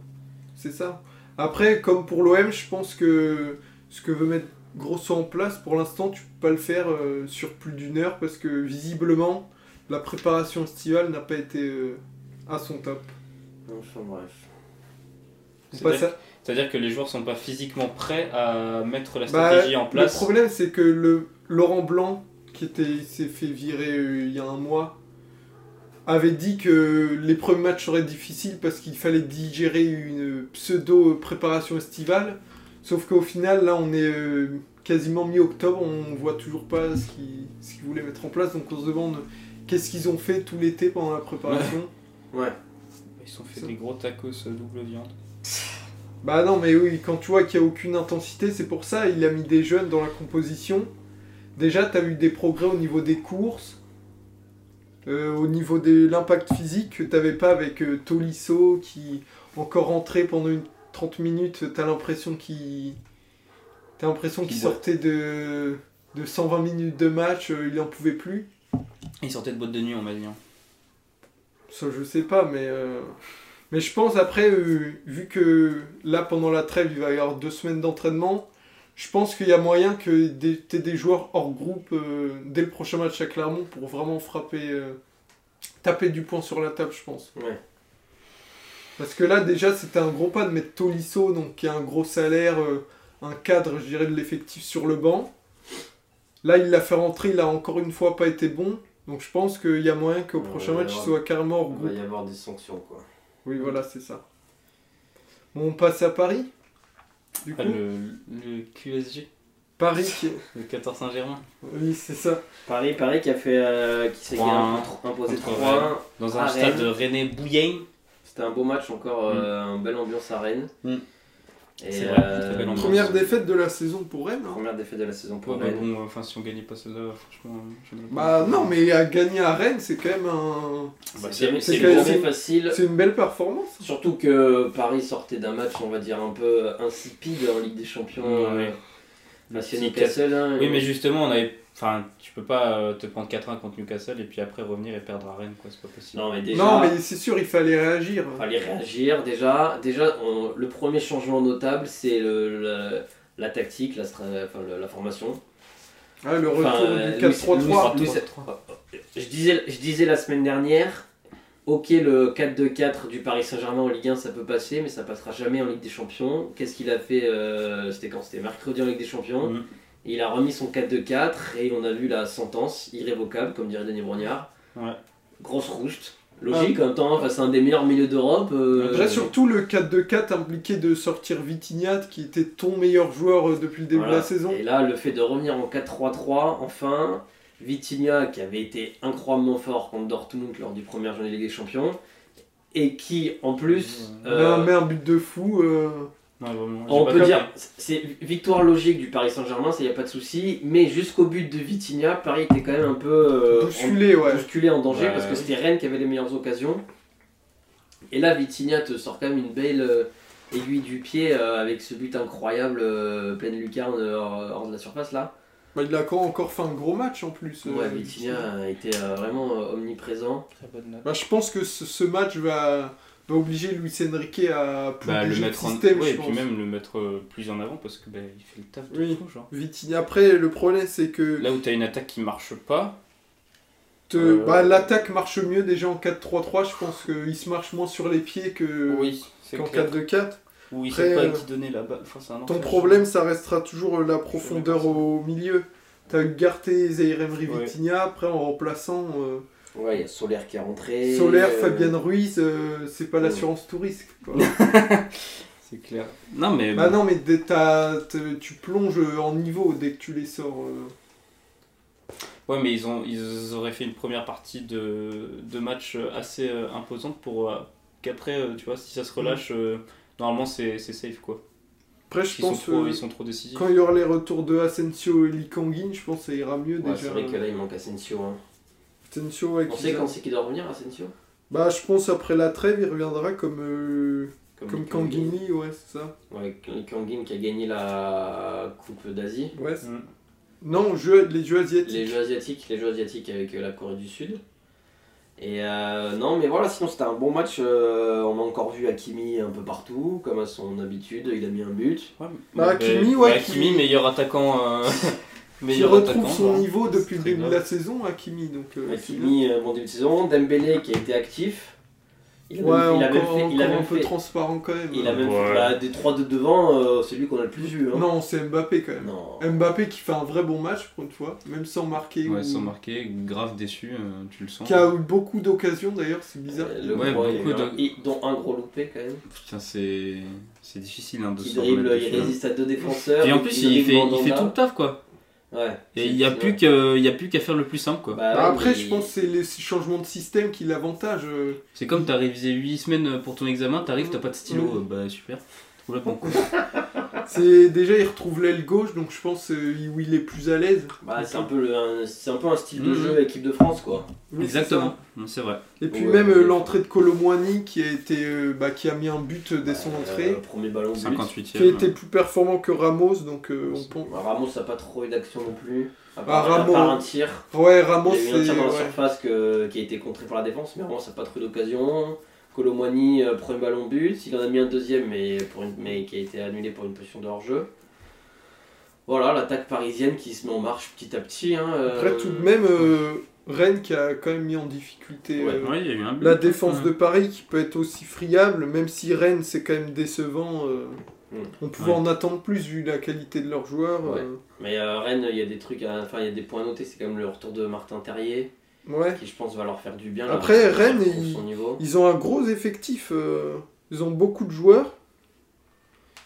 S3: c'est ça. Après, comme pour l'OM, je pense que ce que veut mettre Grosso en place, pour l'instant, tu peux pas le faire euh, sur plus d'une heure parce que visiblement, la préparation estivale n'a pas été euh, à son top.
S2: Enfin, bref.
S3: On
S1: C'est-à-dire-
S3: passe à-
S1: C'est-à-dire que les joueurs sont pas physiquement prêts à mettre la
S3: Bah,
S1: stratégie en
S3: Le
S1: place.
S3: problème, c'est que le Laurent Blanc, qui était, il s'est fait virer euh, il y a un mois, avait dit que les premiers matchs seraient difficiles parce qu'il fallait digérer une pseudo préparation estivale. Sauf qu'au final, là, on est euh, quasiment mi-octobre, on voit toujours pas ce qu'ils ce qu'ils voulaient mettre en place, donc on se demande qu'est-ce qu'ils ont fait tout l'été pendant la préparation.
S2: Ouais.
S1: Ils se sont fait des gros tacos euh, double viande.
S3: Bah non, mais oui, quand tu vois qu'il n'y a aucune intensité, c'est pour ça, il a mis des jeunes dans la composition. Déjà, tu as eu des progrès au niveau des courses, euh, au niveau de l'impact physique que tu n'avais pas avec euh, Tolisso qui, encore rentré pendant une 30 minutes, tu as l'impression qu'il t'as l'impression qu'il
S1: Qu'il boit.
S3: sortait de, de 120 minutes de match, euh, il n'en pouvait plus.
S1: Ils sortaient de boîte de nuit, on m'a dit. hein.
S3: Ça, je sais pas, mais. euh, Mais je pense après, euh, vu que là, pendant la trêve, il va y avoir deux semaines d'entraînement, je pense qu'il y a moyen que des- t'aies des joueurs hors groupe euh, dès le prochain match à Clermont pour vraiment frapper. euh, taper du poing sur la table, je pense.
S2: Ouais.
S3: Parce que là, déjà, c'était un gros pas de mettre Tolisso, donc qui a un gros salaire, euh, un cadre, je dirais, de l'effectif sur le banc. Là, il l'a fait rentrer, il a encore une fois pas été bon. Donc je pense qu'il y a moyen qu'au
S2: Ouais,
S3: prochain
S2: on
S3: match, il
S2: verra.
S3: soit carrément hors
S2: Il va
S3: groupe.
S2: y avoir des sanctions, quoi.
S3: Oui, voilà, c'est ça. Bon, on passe à Paris Du coup
S1: Ah, le, le QSG
S3: Paris qui...
S1: Le 14 Saint-Germain.
S3: Oui, c'est ça.
S2: Paris, Paris qui a fait. euh, qui s'est
S1: 3-1,
S2: imposé
S1: contre
S2: 3-1.
S1: Dans
S3: Ah,
S1: un
S2: À
S1: stade
S2: Rennes.
S1: de René Bouillet.
S2: C'était un beau match encore, euh, une belle ambiance à Rennes.
S1: Mm.
S2: Et, euh,
S1: C'est vrai, très belle ambiance.
S3: Première défaite de la saison pour Rennes. hein.
S2: première défaite de la saison pour
S1: Ouais, bah
S2: Rennes.
S1: bon, euh, enfin, si on gagnait pas celle-là, franchement. euh, je n'aime pas.
S3: Bah non, mais à gagner à Rennes, c'est quand même un...
S1: Bah, c'est-
S2: c'est c'est
S3: c'est que-
S2: jamais
S3: c'est-
S2: facile.
S3: C'est une belle performance.
S2: Surtout que Paris sortait d'un match, on va dire, un peu euh, insipide en Ligue des Champions.
S1: Ouais.
S2: euh, Face à
S1: Petit
S2: Newcastle. hein,
S1: Oui,
S2: et-
S1: mais justement, on avait. Enfin, tu peux pas euh, te prendre 4-1 contre Newcastle et puis après revenir et perdre à Rennes, quoi, c'est pas possible.
S2: Non, mais déjà.
S3: Non, mais c'est sûr, il fallait réagir.
S2: fallait réagir déjà. Déjà, on- le premier changement notable, c'est le- le- la tactique, la, stra- enfin, le- la formation.
S3: Ah, le retour
S2: Enfin, euh,
S3: du
S2: Louis-
S3: 4-3-3.
S2: Louis- Louis- Je disais, je disais la semaine dernière, ok, le 4-2-4 du Paris Saint-Germain en Ligue 1, ça peut passer, mais ça passera jamais en Ligue des Champions. Qu'est-ce qu'il a fait euh, C'était quand C'était mercredi en Ligue des Champions.
S3: Mm.
S1: Mhm.
S2: Il a remis son 4-2-4 et on a vu la sentence irrévocable, comme dirait Denis Brognard.
S1: Ouais.
S2: Grosse rouste. Logique en même temps, face à un des meilleurs milieux d'Europe. euh,
S3: Ah. Après, surtout le 4-2-4 impliquait de sortir Vitinha, qui était ton meilleur joueur euh, depuis le début
S2: Voilà.
S3: de la saison.
S2: Et là, le fait de revenir en 4-3-3, enfin, Vitinha, qui avait été incroyablement fort contre Dortmund lors du premier journée de Ligue des Champions, et qui, en plus,
S1: Ouais.
S2: euh,
S3: Là, met un but de fou. euh,
S1: Non, vraiment, j'ai
S2: on
S1: pas
S2: peut
S1: compris.
S2: dire, c'est victoire logique du Paris Saint-Germain, ça y a pas de souci, mais jusqu'au but de Vitinha, Paris était quand même un peu euh,
S3: bousculé,
S2: en,
S3: ouais.
S2: bousculé, en danger,
S1: Ouais.
S2: parce que c'était Rennes qui avait les meilleures occasions. Et là, Vitinha te sort quand même une belle euh, aiguille du pied euh, avec ce but incroyable, euh, pleine lucarne euh, hors- hors de la surface là.
S3: Bah, il a quand- encore fait un gros match en plus. euh,
S2: Ouais, Vitinha a été euh, vraiment euh, omniprésent.
S1: Très bonne note.
S3: Bah, je pense que ce, ce match va, va obliger Luis Enrique à plus
S1: Bah, le
S3: bouger de
S1: mettre en.
S3: système,
S1: ouais,
S3: je
S1: et puis
S3: pense.
S1: même le mettre euh, plus en avant parce que bah, il fait le taf de
S3: Oui.
S1: fou, genre.
S3: Vitinha, après, le problème, c'est que
S1: Là où t'as une attaque qui marche pas,
S3: te-
S1: euh,
S3: bah, l'attaque marche mieux déjà en 4-3-3. Je pense qu'il se marche moins sur les pieds que,
S1: oui, c'est
S3: qu'en
S1: clair.
S3: 4-2-4.
S1: Ou il
S3: Après,
S1: sait pas à
S3: euh,
S1: qui donner là-bas. Enfin, c'est un
S3: Ton
S1: enfer,
S3: problème, ça restera toujours euh, la profondeur
S1: Je vais
S3: au milieu. T'as Garté, Zaire Emery,
S1: Ouais.
S3: Vitinha, après en remplaçant euh,
S2: Ouais, il y a Solaire qui est rentré.
S3: Solaire,
S2: euh,
S3: Fabien Ruiz, euh, c'est pas l'assurance tout risque. quoi.
S1: genre. C'est clair. Non, mais.
S3: bah non, mais dès t'as- t'es- tu plonges euh, en niveau dès que tu les sors. euh.
S1: Ouais, mais ils, ont, ils auraient fait une première partie de, de match euh, assez euh, imposante pour euh, qu'après, euh, tu vois, si ça se
S3: Mm.
S1: relâche, euh, normalement c'est c'est safe quoi.
S3: Après, je
S1: Ils sont,
S3: pense
S1: trop,
S3: euh,
S1: ils sont trop décisifs.
S3: quand il y aura les retours de Asensio et Likangin, je pense que ça ira mieux
S2: Ouais, c'est
S3: déjà.
S2: vrai que là, il manque Asensio. hein.
S3: Asensio, ouais,
S2: On
S3: qui
S2: sait
S3: vient.
S2: quand c'est qu'il doit revenir, Asensio
S3: Bah, je pense après la trêve, il reviendra comme, euh, comme Kangini, ouais, c'est ça.
S2: Ouais, Kangin qui a gagné la Coupe d'Asie.
S3: Ouais, c'est-
S1: Mm.
S3: Non, jeu, les jeux asiatiques.
S2: Les Jeux Asiatiques, les Jeux Asiatiques avec euh, la Corée du Sud. Et euh, non, mais voilà, sinon c'était un bon match. euh, on a encore vu Hakimi un peu partout, comme à son habitude. Il a mis un but.
S1: Ouais,
S3: Bah,
S1: mais-
S3: Hakimi, ouais,
S1: bah, Hakimi,
S3: qui-
S1: meilleur attaquant. euh,
S3: Qui
S1: meilleur
S3: retrouve
S1: attaquant,
S3: son
S1: voilà.
S3: niveau depuis le
S1: très
S3: début de
S1: grave.
S3: la saison, Hakimi. Donc, euh, c'est bien.
S2: Hakimi, euh, bon début de saison. Dembélé qui a été actif. Il a
S3: Ouais,
S2: même- il a même
S3: encore,
S2: fait- il a
S3: encore un
S2: même
S3: peu
S2: fait-
S3: transparent quand même. euh.
S2: Il a même
S1: Ouais.
S2: bah, des 3 de devant, euh, c'est lui qu'on a le plus vu. Hein.
S3: Non, c'est Mbappé quand même.
S2: Non.
S3: Mbappé qui fait un vrai bon match pour une fois, même sans marquer.
S1: Ouais,
S3: ou-
S1: sans marquer, grave déçu, euh, tu le sens.
S3: Qui a eu beaucoup d'occasions d'ailleurs, c'est bizarre.
S2: Euh, le
S1: Ouais,
S2: gros,
S1: beaucoup
S2: il y a-
S1: de-
S2: et- dont un gros loupé quand même.
S1: Putain, c'est c'est difficile hein, de
S2: Qui
S1: s'en
S2: dribble,
S1: remettre
S2: il
S1: dessus, hein.
S2: résiste à deux défenseurs.
S1: Et en plus, il
S2: dribble
S1: fait, il
S2: Mandanda.
S1: fait tout le taf quoi.
S2: Ouais.
S1: Et il n'y a, plus que- il y a plus qu'à faire le plus simple quoi.
S2: Bah,
S3: Bah,
S2: ouais,
S3: après,
S2: mais-
S3: je pense que c'est les changements de système qui l'avantage. euh.
S1: C'est comme t'as révisé 8 semaines pour ton examen, t'arrives, t'as pas de stylo,
S3: Mm.
S1: euh, bah super. Trouve la pompe.
S3: C'est déjà, il retrouve l'aile gauche, donc je pense euh, où il est plus à l'aise.
S2: Bah, c'est un peu le, un- c'est un peu un style
S3: Mm-hmm.
S2: de
S1: Mhm.
S2: jeu équipe de France quoi.
S3: Oui, c'est
S1: Exactement,
S3: ça.
S1: Mm, c'est vrai.
S3: Et puis
S2: Ouais,
S3: même euh,
S2: ouais.
S3: l'entrée de Colomwani qui a été, euh, bah, qui a mis un but dès son
S2: Euh,
S3: entrée,
S2: premier ballon but.
S1: 58
S3: qui était plus performant que Ramos, donc euh, on pense.
S2: Bah, Ramos n'a pas trop eu d'action non plus. À
S3: Bah,
S2: part, à
S3: Ramos-
S2: part un tir.
S3: Ouais, Ramos,
S2: il y a eu un
S3: c'est.
S2: tir dans la
S3: ouais.
S2: surface que- qui a été contré par la défense, mais Ramos n'a pas trop eu d'occasion. Colomwani euh, premier ballon but, il en a mis un deuxième mais, pour une- mais qui a été annulé pour une position de hors-jeu. Voilà, l'attaque parisienne qui se met en marche petit à petit. hein, euh,
S3: Après, tout de même, euh, Rennes qui a quand même mis en difficulté
S2: Ouais,
S3: euh,
S1: Ouais, il y a eu un hein. but.
S3: la défense
S1: mmh.
S3: de Paris qui peut être aussi friable, même si Rennes c'est quand même décevant. euh,
S2: Mm.
S3: On pouvait
S1: Ouais.
S3: en attendre plus vu la qualité de leurs joueurs.
S2: Ouais.
S3: euh.
S2: Mais euh, Rennes, il y a des trucs, à- enfin il y a des points à noter, c'est quand même le retour de Martin Terrier,
S3: Ouais.
S2: qui je pense va leur faire du bien.
S3: Après,
S2: parce qu'il
S3: Rennes,
S2: retrouve
S3: il-
S2: son niveau.
S3: Ils ont un gros effectif. euh, Ils ont beaucoup de joueurs.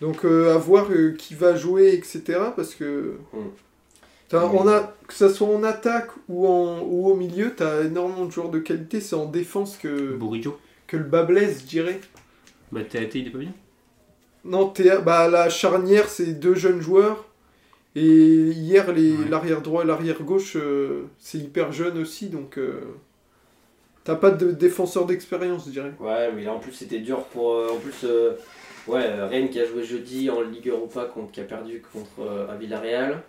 S3: Donc euh, à voir euh, qui va jouer, etc. Parce que t'as- on a, que ça soit en attaque ou, en, ou au milieu, t'as énormément de joueurs de qualité. C'est en défense que,
S1: Bourigeau.
S3: que le bas blesse, je dirais.
S1: Bah, TAT, il est pas bien.
S3: Non, Théa- bah, la charnière, c'est deux jeunes joueurs. Et hier, les-
S1: Ouais.
S3: l'arrière droit et l'arrière gauche, euh, c'est hyper jeune aussi. Donc euh, t'as pas de défenseur d'expérience, je dirais.
S2: Ouais, mais là en plus c'était dur pour. euh, en plus, euh, ouais, euh, Rennes qui a joué jeudi en Ligue Europa, contre, qui a perdu contre euh, à Villarreal.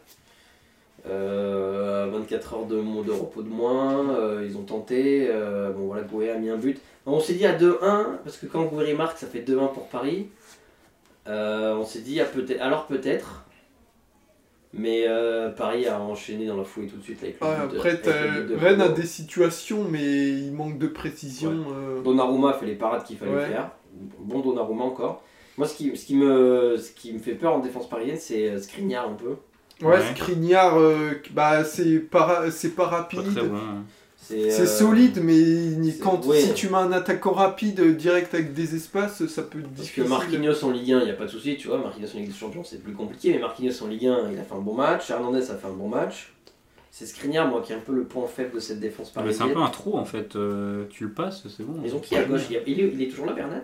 S2: Euh, 24 heures de, mon- de repos de moins, euh, ils ont tenté. euh, bon voilà, Goué a mis un but. On s'est dit à 2-1, parce que quand Goué marque, ça fait 2-1 pour Paris. Euh, on s'est dit à peut-être, alors peut-être. Mais euh, Paris a enchaîné dans la foulée tout de suite avec le
S3: Ah,
S2: but,
S3: après,
S2: avec le
S3: t'as-
S2: but de
S3: Rennes a
S2: Pedro.
S3: des situations, mais il manque de précision. euh,
S2: Donnarumma fait les parades qu'il fallait
S3: Ouais.
S2: faire. Bon Donnarumma encore. Moi, ce qui, ce, qui me, ce qui me fait peur en défense parisienne, c'est euh, Skriniar un peu.
S3: Ouais,
S1: Ouais.
S3: Skriniar, euh, bah, c'est pas, c'est pas rapide.
S1: Pas très bon. hein.
S3: C'est
S2: euh,
S3: solide, mais il-
S2: c'est-
S3: quand
S2: ouais.
S3: si tu mets un attaquant rapide euh, direct avec des espaces, ça peut être
S2: Parce que
S3: difficile.
S2: Marquinhos en Ligue 1, il n'y a pas de souci, tu vois. Marquinhos en Ligue des Champions, c'est plus compliqué. Mais Marquinhos en Ligue 1, il a fait un bon match. Hernandez a fait un bon match. C'est Skriniar, moi, qui est un peu le point faible de cette défense
S3: Ah,
S1: Bah, c'est un
S2: parisienne.
S1: peu un trou en fait. euh, tu le passes, c'est bon.
S2: Ils ont qui à gauche il, y a- il est, il est toujours là, Bernat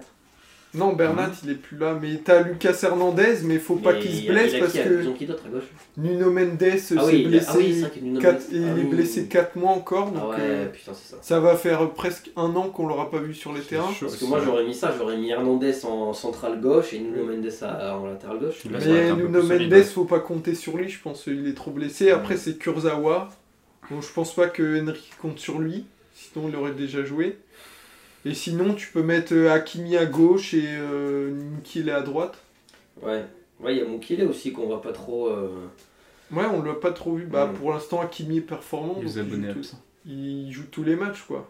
S3: Non, Bernat,
S1: Mhm.
S3: il est plus là. Mais t'as Lucas Hernandez, mais faut pas
S2: Mais
S3: qu'il
S2: il
S3: se
S2: y a-
S3: blesse
S2: il y a
S3: parce
S2: qui à- Ils
S3: que
S2: ont qui d'autre à gauche
S3: Nuno Mendes s'est
S2: Ah oui, il y a-
S3: blessé.
S2: ah oui, c'est vrai qu'il y a Nuno
S3: quatre-
S2: Mendes.
S3: et
S2: Ah
S3: il est
S2: oui.
S3: blessé 4 mois encore, donc
S2: Ah ouais,
S3: euh,
S2: putain, c'est ça.
S3: ça va faire presque un an qu'on l'aura pas vu sur les terrains.
S2: Parce que moi, j'aurais mis ça. J'aurais mis Hernandez en centrale gauche et Nuno Mendes à- en latéral gauche.
S1: Là, ça va être
S3: Mais
S1: un peu
S3: Nuno
S1: plus solide,
S3: Mendes,
S1: ouais.
S3: faut pas compter sur lui, je pense. Il est trop blessé. Après, c'est Kurzawa. Bon, je pense pas que Henry compte sur lui. Sinon, il aurait déjà joué. Et sinon, tu peux mettre euh, Hakimi à gauche et euh, Nkile à droite.
S2: Ouais, ouais, il y a Mukile aussi qu'on voit pas trop. euh,
S3: Ouais, on l'a pas trop vu. Bah,
S2: Mm.
S3: Pour l'instant, Hakimi est performant.
S1: Les
S3: donc
S1: abonnés
S3: il, joue
S1: absents.
S3: tous- il joue tous les matchs, quoi.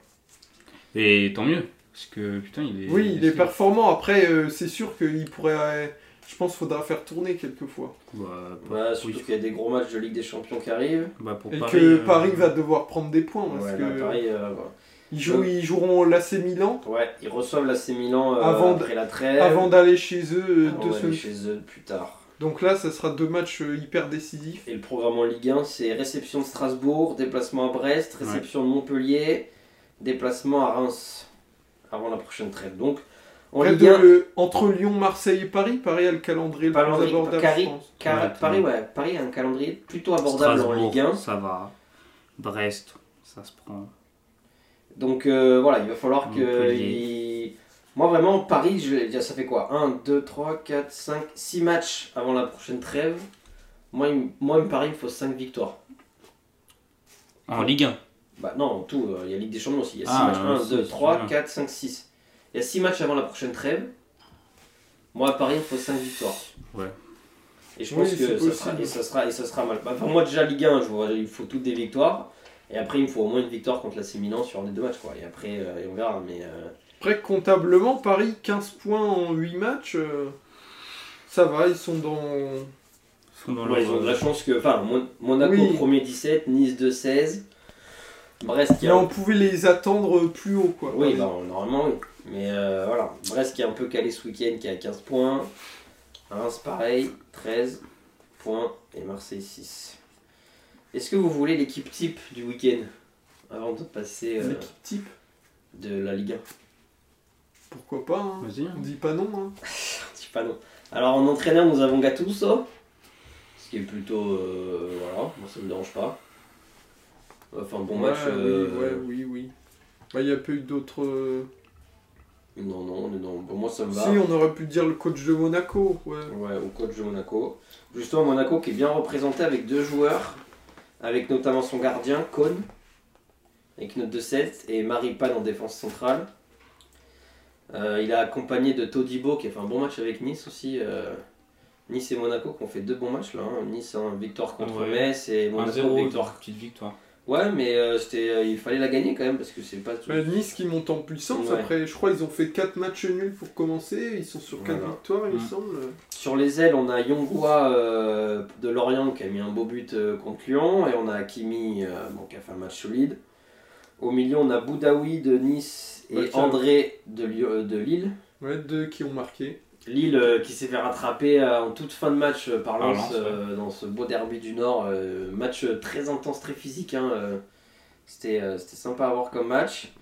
S1: Et tant mieux. Parce que putain, il est.
S3: oui, il est
S1: parfait.
S3: performant. Après, euh, c'est sûr qu'il pourrait... euh, je pense qu'il faudra faire tourner quelquefois.
S1: Bah, pour,
S2: Bah, surtout
S1: oui.
S2: qu'il y a des gros matchs de Ligue des Champions qui arrivent.
S1: bah, pour
S3: Et
S1: Paris,
S3: que
S1: euh,
S3: Paris va devoir prendre des points. Parce
S2: ouais,
S3: que
S2: là, pareil, euh, voilà.
S3: ils, jouent- ils joueront l'AC Milan.
S2: Ouais, ils reçoivent l'AC Milan euh,
S3: Avant de-
S2: après la trêve.
S3: avant d'aller chez eux euh,
S2: Avant
S3: deux
S2: d'aller
S3: semaines.
S2: chez eux plus tard.
S3: Donc là, ça sera deux matchs euh, hyper décisifs.
S2: Et le programme en Ligue 1, c'est réception de Strasbourg, déplacement à Brest,
S1: Ouais.
S2: réception de Montpellier, déplacement à Reims avant la prochaine trêve. Donc, en
S3: Après,
S2: Ligue
S3: de-
S2: 1,
S3: le- entre Lyon, Marseille et Paris, Paris a le calendrier le
S2: Calendrier,
S3: plus abordable,
S2: Paris.
S3: je pense.
S2: car-
S1: Ouais,
S2: Paris, ouais, Paris a un calendrier plutôt abordable
S1: Strasbourg,
S2: en Ligue 1.
S1: ça va. Brest, ça se prend.
S2: Donc euh, voilà, il va falloir que.
S1: Montpellier.
S2: il- Moi vraiment, Paris, je... ça fait quoi 1, 2, 3, 4, 5, 6 matchs avant la prochaine trêve. Moi, il... me- Moi me- Paris, il me faut 5 victoires.
S1: En Ligue 1.
S2: Bah non, en tout, euh, il y a Ligue des Champions aussi. Il y a 6
S1: Ah,
S2: matchs. 1,
S1: si,
S2: 2,
S1: si,
S2: 3,
S1: bien.
S2: 4, 5, 6. Il y a 6 matchs avant la prochaine trêve. Moi, à Paris, il me faut 5 victoires.
S1: Ouais.
S2: Et je
S3: Oui,
S2: pense
S3: c'est
S2: que ça sera,
S3: possible.
S2: et ça, sera, et ça sera mal. Bah, Enfin, moi, déjà, Ligue 1, je vois, il me faut toutes des victoires. Et après, il me faut au moins une victoire contre la Milan sur les deux matchs. Quoi. Et après, euh, et on verra. Mais, euh,
S3: Après, comptablement, Paris, 15 points en 8 matchs. euh, ça va, ils sont dans.
S1: Ils sont dans
S2: Ouais, ils
S1: leur,
S2: ont de
S1: euh,
S2: la chance que. Enfin, Mon- Monaco
S3: Oui.
S2: premier 17, Nice 2 16, Brest qui
S3: Là,
S2: a.
S3: on pouvait les attendre plus haut, quoi.
S2: Oui,
S3: Paris.
S2: bah, normalement, oui. Mais euh, voilà, Brest qui est un peu calé ce week-end, qui a 15 points. Reims, pareil, 13 points. Et Marseille, 6. Est-ce que vous voulez l'équipe type du week-end Avant de passer euh,
S3: L'équipe type,
S2: de la Ligue 1.
S3: pourquoi pas. hein.
S1: Vas-y.
S3: On dit pas non. hein.
S2: Je dis pas non. Alors, en entraîneur, nous avons Gattuso. Ce qui est plutôt. euh, voilà, moi ça me dérange pas. Enfin, bon
S3: Ouais,
S2: match. euh,
S3: oui, ouais, oui, oui. Bah, Il y a peu eu d'autres. euh,
S2: Non, non, non, non. Bon, moi ça me va.
S3: Si, on aurait pu dire le coach de Monaco. Ouais.
S2: Ouais, au coach de Monaco. Justement, Monaco qui est bien représenté avec deux joueurs, avec notamment son gardien, Kohn, avec note de 7, et Maripan en défense centrale. Euh, il a accompagné de Todibo qui a fait un bon match avec Nice aussi. euh, nice et Monaco qui ont fait deux bons matchs là. hein. Nice, hein, victoire contre
S1: Ouais.
S2: Metz et Monaco,
S1: 1-0,
S2: victoire.
S1: petite victoire.
S2: Ouais, mais euh, c'était, euh, il fallait la gagner quand même parce que c'est pas tout.
S3: Ouais, Bah, nice qui monte en puissance.
S2: Ouais.
S3: Après, je crois ils ont fait 4 matchs nuls pour commencer. Ils sont sur 4
S2: Voilà.
S3: victoires, il me
S1: Mm.
S3: semble.
S2: Sur les ailes, on a Yongwa euh, de Lorient qui a mis un beau but euh, contre Lyon et on a Hakimi euh, bon, qui a fait un match solide. Au milieu, on a Boudaoui de Nice et
S3: Ouais, qui a-
S2: André de, Lyon- euh, de Lille.
S3: Ouais, deux qui ont marqué.
S2: Lille euh, qui s'est fait rattraper euh, en toute fin de match euh, par
S1: Par
S2: Lens
S1: Lens, ouais.
S2: euh, dans ce beau derby du Nord. euh, match euh, très intense, très physique. hein, euh, C'était euh, c'était sympa à voir comme match.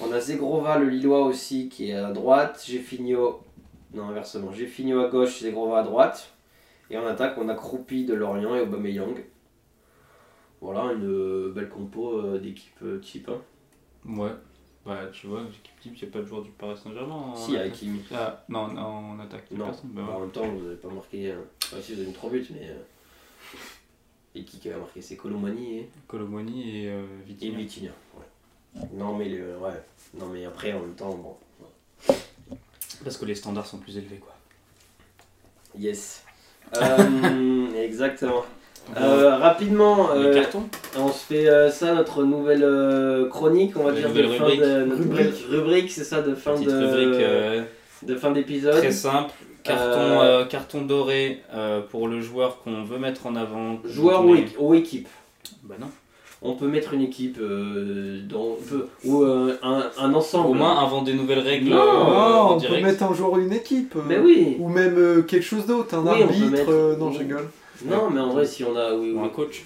S2: On a Zegrova, le Lillois aussi, qui est à droite. Geffigno, non inversement, Geffigno à gauche, Zegrova à droite. Et en attaque, on a Croupi de Lorient et Aubameyang. Voilà, une euh, belle compo euh, d'équipe euh, type. hein.
S1: Ouais. Bah, tu vois, l'équipe type, il n'y a pas de joueur du Paris Saint-Germain. en
S2: Si,
S1: attaque.
S2: avec Kimi.
S1: Ah, non, non, on attaque.
S2: Non.
S1: Personne. Bah, ouais.
S2: En même temps, vous n'avez pas marqué. euh, Enfin, si vous avez mis 3 buts, mais. euh, Et qui qui a marqué C'est Colomani et,
S1: Colomoni et euh,
S2: et
S1: Vitinha.
S2: Vitinha. ouais. Non, mais le- ouais. Non, mais après, en même temps, bon.
S1: Parce que les standards sont plus élevés, quoi.
S2: Yes. Euh, exactement. Euh, rapidement,
S1: les
S2: euh,
S1: cartons
S2: on se fait euh, ça, notre nouvelle euh, chronique, on va
S1: La
S2: dire, de
S1: nouvelle
S2: fin
S1: rubrique.
S2: de notre nouvelle rubrique. c'est ça, de fin
S1: Petite
S2: de,
S1: rubrique euh,
S2: de fin d'épisode.
S1: très simple. Carton,
S2: Euh,
S1: euh, carton doré euh, pour le joueur qu'on veut mettre en avant.
S2: Joueur
S1: Dont
S2: ou,
S1: on est-
S2: équi- ou équipe.
S1: Bah non.
S2: On peut mettre une équipe euh, dans, on peut- ou euh, un, un ensemble.
S1: Au moins, invente des nouvelles règles
S2: Non,
S1: euh,
S3: Oh,
S1: en
S3: on peut
S1: direct.
S3: mettre un jour une équipe. euh,
S2: Mais oui.
S3: Ou même euh, quelque chose d'autre, un
S2: Oui, on peut
S3: arbitre.
S2: mettre-
S3: euh, non, je
S2: oui.
S3: rigole.
S2: Non, mais en vrai, si on a. Oui,
S1: Ou
S2: oui.
S1: un coach.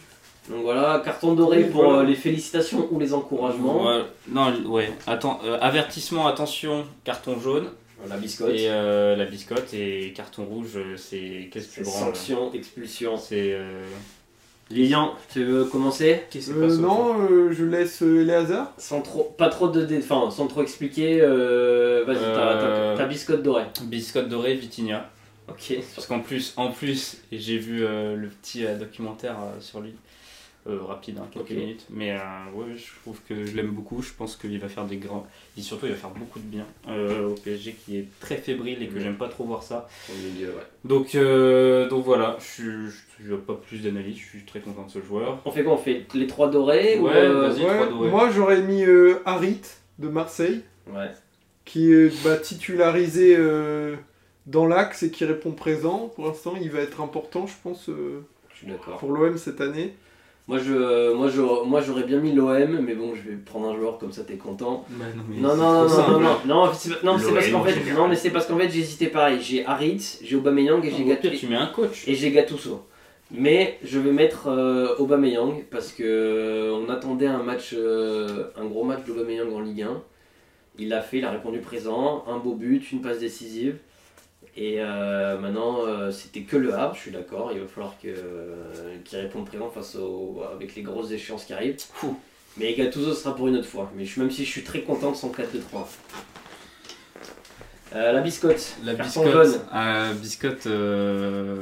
S2: Donc voilà, carton doré
S3: Oui,
S2: pour
S3: voilà.
S2: euh, les félicitations ou les encouragements.
S1: Ouais, non, ouais. Attends, euh, avertissement, attention, carton jaune
S2: La biscotte.
S1: et euh, la biscotte et carton rouge, euh, c'est qu'est-ce que tu
S2: C'est
S1: branles
S2: sanction, expulsion.
S1: C'est euh,
S2: Lilian, tu veux commencer
S1: qu'est-ce qui se
S3: Euh,
S1: passe au fond
S3: non, euh, je laisse euh, les hasards.
S2: Sans trop, pas trop de, dé- enfin, sans trop expliquer. euh, Vas-y, ta- ta,
S1: Euh.
S2: ta biscotte dorée.
S1: Biscotte dorée, Vitinha.
S2: Ok.
S1: Parce qu'en plus, en plus, et j'ai vu euh, le petit euh, documentaire euh, sur lui, euh, rapide, hein, quelques
S2: Ok.
S1: minutes. Mais euh, ouais, je trouve que je l'aime beaucoup. Je pense qu'il va faire des grands. Et surtout, il va faire beaucoup de bien euh, au PSG qui est très fébrile et que
S2: Mhm.
S1: j'aime pas trop voir ça.
S2: Au milieu, ouais.
S1: Donc, euh, donc voilà, je suis- je n'ai pas plus d'analyse. Je suis très content de ce joueur.
S2: On fait quoi On fait les trois dorés ou,
S1: Ouais,
S2: euh,
S1: vas-y,
S3: Ouais,
S1: trois dorés.
S3: moi, j'aurais mis euh, Harit de Marseille,
S2: Ouais.
S3: qui est bah, titularisé euh, dans l'axe et qui répond présent. Pour l'instant, il va être important, je pense, euh,
S2: Je suis d'accord.
S3: pour l'OM cette année.
S2: Moi, je, moi, je, moi, j'aurais bien mis l'OM, mais bon, je vais prendre un joueur comme ça, t'es content.
S1: Bah,
S2: Non, non, non, non, non, non, non, c'est pas- non, c'est parce qu'en
S1: L'OM en
S2: fait,
S1: général.
S2: non, mais c'est parce qu'en fait, j'hésitais pareil. J'ai Harit, j'ai Aubameyang et j'ai Gat-
S1: tu mets un coach.
S2: et j'ai Gattuso. Mais je vais mettre euh, Aubameyang parce que euh, on attendait un match, euh, un gros match d'Aubameyang en Ligue 1. Il l'a fait, il a répondu présent, un beau but, une passe décisive. Et euh, maintenant, euh, c'était que le Havre, je suis d'accord. Il va falloir que euh, qu'il réponde présent face au, avec les grosses échéances qui arrivent.
S1: Fou.
S2: Mais Gattuso sera pour une autre fois. Mais je, même si je suis très content de son 4-2-3. Euh, la biscotte.
S1: La
S2: Carton
S1: biscotte.
S2: jaune.
S1: Ah, biscotte. euh,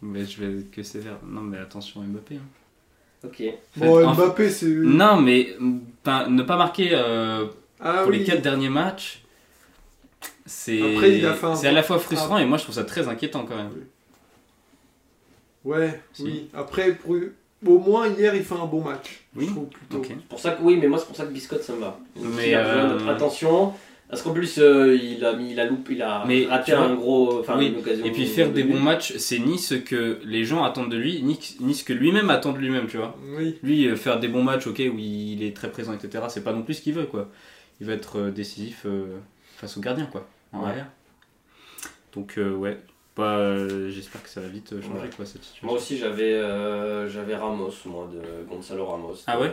S1: Mais je vais que sévère. Non, mais attention, Mbappé. hein.
S2: Ok.
S3: Bon,
S1: En fait-
S3: Mbappé, c'est.
S1: Non, mais ben, ne pas marquer euh,
S3: Ah
S1: pour les
S3: oui.
S1: quatre derniers matchs, c'est
S3: Après, il a fait un-
S1: c'est à la fois frustrant et moi je trouve ça très inquiétant quand même.
S3: Ouais,
S1: Si.
S3: oui. Après, pour- au moins, hier, il fait un bon match.
S1: Oui,
S3: Je trouve plutôt.
S1: Ok.
S2: C'est pour ça que oui, mais moi c'est pour ça que Biscotte ça me va.
S1: Mais,
S2: il a besoin
S1: euh,
S2: d'être attention. Parce qu'en plus euh, il a mis, il a loupé, il a
S1: Mais,
S2: raté
S1: tu vois,
S2: un gros, enfin
S1: oui.
S2: une occasion.
S1: Et puis faire
S2: de
S1: des
S2: but.
S1: bons matchs, c'est ni ce que les gens attendent de lui, ni, ni ce que lui-même attend de lui-même, tu vois.
S3: Oui.
S1: Lui, euh, faire des bons matchs, ok, où il est très présent, etc., c'est pas non plus ce qu'il veut, quoi. Il va être euh, décisif euh, face au gardien, quoi, en
S2: Ouais.
S1: arrière. Donc, euh, ouais, bah, euh, j'espère que ça va vite euh, changer,
S2: Ouais.
S1: quoi, cette
S2: Moi
S1: situation.
S2: aussi j'avais, euh, j'avais Ramos, moi de Gonzalo Ramos.
S1: Ah ouais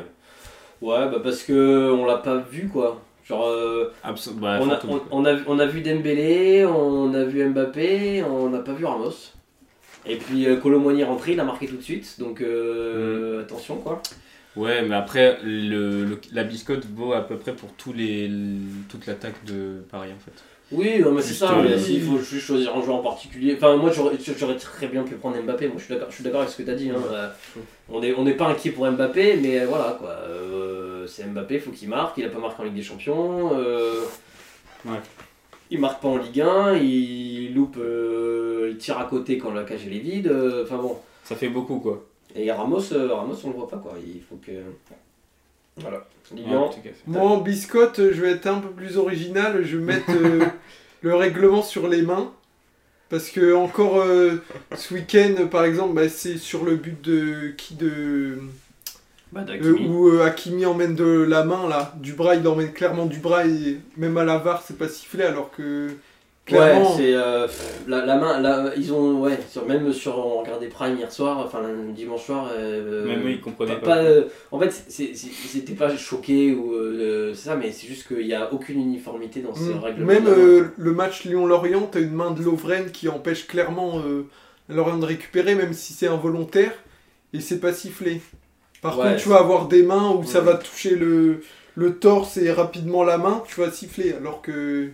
S2: Ouais, bah parce que on l'a pas vu quoi. Genre euh,
S1: Abs- bah,
S2: on, a,
S1: fantôme,
S2: on,
S1: quoi.
S2: on a, on a vu Dembélé, on a vu Mbappé, on n'a pas vu Ramos. Et puis euh, Colomoni est rentré, il a marqué tout de suite, donc
S1: Mm.
S2: euh, attention quoi.
S1: Ouais, mais après, le, le- la biscotte vaut à peu près pour tous les, l- toute l'attaque de Paris, en fait.
S2: Oui, non, mais c'est
S1: Juste,
S2: ça,
S1: euh,
S2: mais
S3: oui.
S2: s'il faut juste choisir un joueur en particulier. Enfin, moi j'aurais j'aurais très bien pu prendre Mbappé, moi je suis d'accord je suis d'accord avec ce que tu as dit. hein. Euh, on n'est on n'est pas inquiet pour Mbappé, mais voilà quoi. Euh, c'est Mbappé, faut qu'il marque, il a pas marqué en Ligue des Champions. euh,
S1: Ouais.
S2: Il marque pas en Ligue 1, il loupe, euh, il tire à côté quand la cage elle est vide. euh, Enfin bon.
S1: Ça fait beaucoup, quoi.
S2: Et Ramos, euh, Ramos on le voit pas quoi, il faut que. Voilà.
S1: Ouais,
S2: Lilian,
S1: tout à fait.
S3: Moi, en biscotte, je vais être un peu plus original. Je vais mettre euh, le règlement sur les mains. Parce que, encore euh, ce week-end, par exemple, bah, c'est sur le but de. Qui de.
S1: Bah,
S3: Euh,
S1: Hakimi.
S3: où euh, Hakimi emmène de la main là, du bras il emmène clairement du bras et même à la VAR c'est pas sifflé alors que
S2: Ouais,
S3: Clairement.
S2: c'est euh, pff, la, la main. la- ils ont ouais, sur, même sur on regardait Prime hier soir, enfin le dimanche soir. euh,
S6: Même eux, ils comprenaient
S2: pas,
S6: pas.
S2: pas, euh, en fait, c'est- c'est- ils étaient pas choqués ou euh, c'est ça, mais c'est juste qu'il n'y a aucune uniformité dans ces
S3: Mm.
S2: règles.
S3: Même euh, le match Lyon-Lorient, t'as une main de Lovren qui empêche clairement euh, Lorient de récupérer, même si c'est involontaire, et c'est pas sifflé. Par
S2: Ouais,
S3: contre, tu vas avoir des mains où ça
S2: Mm.
S3: va toucher le, le torse et rapidement la main, tu vas siffler, alors que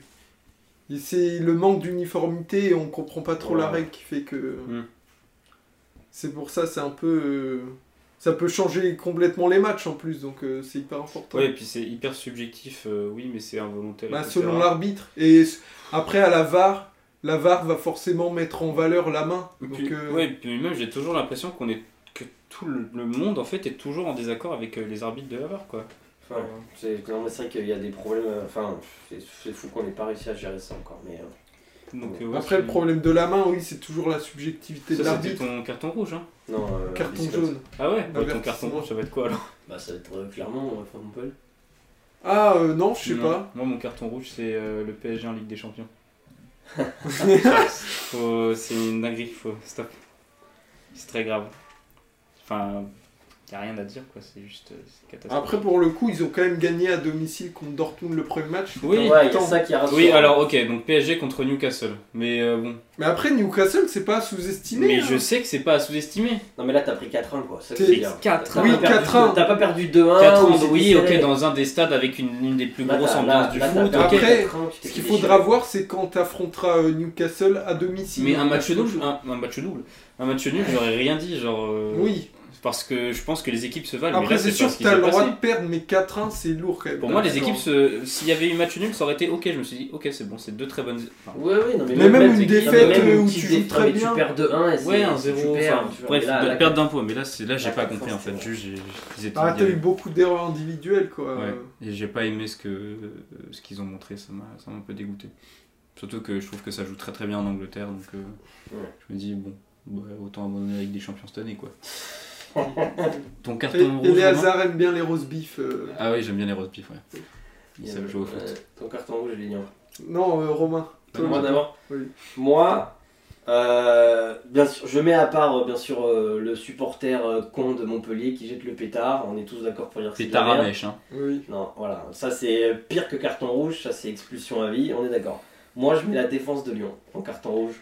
S3: et c'est le manque d'uniformité et on comprend pas trop la
S2: Ouais.
S3: règle qui fait que...
S1: Mm.
S3: C'est pour ça, c'est un peu... euh, ça peut changer complètement les matchs en plus, donc euh, c'est hyper important.
S6: Ouais, et puis c'est hyper subjectif, euh, oui, mais c'est involontaire.
S3: Bah,
S6: etc.
S3: selon l'arbitre. Et s- après, à la VAR, la VAR va forcément mettre en valeur la main.
S6: Et
S3: Donc,
S6: puis-
S3: euh,
S6: ouais, et puis même j'ai toujours l'impression qu'on est que tout le le monde en fait est toujours en désaccord avec euh, les arbitres de la VAR quoi.
S2: Ouais. C'est non, mais c'est vrai qu'il y a des problèmes. euh, Enfin, c'est- c'est fou qu'on n'ait pas réussi à gérer ça encore. Mais euh,
S6: Donc, euh, ouais,
S3: après,
S6: c'est-
S3: le problème de la main, oui, c'est toujours la subjectivité de
S6: ça, c'était
S3: l'arbitre.
S6: ton carton rouge hein.
S2: non. euh,
S3: Carton
S2: biscotte.
S3: jaune.
S6: Ah ouais, bah, ton
S3: Avertissement.
S6: carton rouge ça va être quoi alors
S2: Bah ça va être euh, clairement euh, Fnampel.
S3: Ah, euh, non, je sais
S6: Non.
S3: pas.
S6: Moi mon carton rouge c'est euh, le PSG en Ligue des Champions. Faut- c'est une dinguerie, faut stop. C'est très grave. Enfin, y a rien à dire quoi, c'est juste euh, c'est catastrophique.
S3: Après, pour le coup, ils ont quand même gagné à domicile contre Dortmund le premier match.
S6: Oui.
S3: C'était
S2: ouais, il y a
S3: important.
S2: ça qui rassure.
S6: Oui, alors ok, donc PSG contre Newcastle. Mais euh, bon,
S3: Mais après, Newcastle, c'est pas sous-estimé.
S6: mais
S3: hein.
S6: je sais que c'est pas à sous-estimer.
S2: Non mais là t'as pris 4-1 quoi. Ça,
S3: T'es-
S2: c'est bien.
S6: 4
S2: T'as
S3: Oui,
S2: pas perdu-
S3: 4-1.
S2: T'as pas perdu 2-1.
S6: 4
S2: ou
S6: ans,
S2: c'est
S6: oui,
S2: serré.
S6: ok, dans un des stades avec une, une des plus
S3: Bah,
S2: Là,
S6: grosses
S2: Bah, t'as-
S6: ambiances
S2: là,
S6: du
S2: là, t'as
S6: foot,
S2: perdu
S6: ok.
S3: Après,
S2: 4-1, tu t'es
S3: Ce qu'il
S2: fait
S3: faudra
S2: déchirer.
S3: voir, c'est quand t'affronteras euh, Newcastle à domicile.
S6: Mais un match hein. double, un, un match double, un match nul, j'aurais rien dit, genre. euh,
S3: Oui.
S6: Parce que je pense que les équipes se valent. Ah, mais
S3: Après,
S6: là,
S3: c'est
S6: pas
S3: sûr
S6: ce
S3: que
S6: qui
S3: t'as
S6: s'est
S3: le droit
S6: passé.
S3: de perdre, mais 4-1, c'est lourd quand même.
S6: Pour moi, les
S3: D'accord.
S6: équipes, se- s'il y avait eu match nul, ça aurait été ok. Je me suis dit, ok, c'est bon, c'est deux très bonnes. enfin,
S2: Ouais, ouais, non, mais,
S3: Mais
S2: le
S3: même
S2: match,
S3: une
S2: c'est qu'il y a
S3: défaite,
S2: même
S3: euh,
S2: une
S3: où
S2: petite
S3: tu joues
S2: défaite,
S3: très
S2: mais
S3: bien.
S2: Tu perds de 1 et c'est.
S6: Ouais, un
S2: tu
S6: zéro,
S2: perds,
S6: enfin,
S2: tu vois.
S1: Bref,
S2: Mais là,
S1: de-
S2: là,
S1: perdre d'un point, mais là, c'est- là j'ai
S2: là,
S1: pas
S2: quatre
S1: compris
S2: fois,
S1: en fait.
S2: c'est
S1: Juste, j'ai- ils étaient
S3: Ah, t'as
S6: euh,
S1: bien.
S3: eu beaucoup d'erreurs individuelles, quoi.
S6: Ouais.
S3: Euh,
S1: Et j'ai pas aimé ce que euh, ce qu'ils ont montré, ça m'a ça m'a un peu dégoûté. Surtout que je trouve que ça joue très très bien en Angleterre, donc euh,
S2: Ouais.
S1: je me dis bon, bah, autant abandonner avec des champions cette année quoi. Ton
S3: Et,
S1: carton
S3: et
S1: rouge.
S3: les
S1: Romain
S3: Hazard aiment bien les roast beef. euh.
S1: Ah oui, j'aime bien les roast beef, ouais. Ils
S2: euh,
S1: savent jouer au foot. Bah,
S2: euh, Ton carton rouge, il est ignorant.
S3: Non, euh, Romain.
S1: Ouais.
S2: Moi d'abord
S3: Oui.
S2: Moi, euh, bien sûr, je mets à part, euh, bien sûr, euh, le supporter euh, con de Montpellier qui jette le pétard. On est tous d'accord pour dire que
S1: C'est
S2: de la merde.
S1: Taramèche, hein.
S3: Oui.
S2: Non, voilà. Ça, c'est pire que carton rouge. Ça, c'est expulsion à vie. On est d'accord. Moi, je mets la défense de Lyon en carton rouge.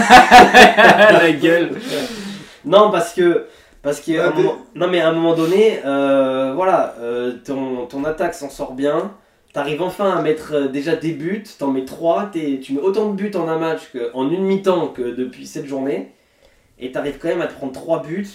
S1: La gueule
S2: Non, parce que. Parce que
S3: Ah,
S2: à un
S3: des-
S2: moment- non, mais à un moment donné, euh, voilà, euh, ton, ton attaque s'en sort bien. T'arrives enfin à mettre euh, déjà des buts. T'en mets 3. tu mets autant de buts en un match que, en une mi-temps que depuis cette journée. Et t'arrives quand même à te prendre 3 buts.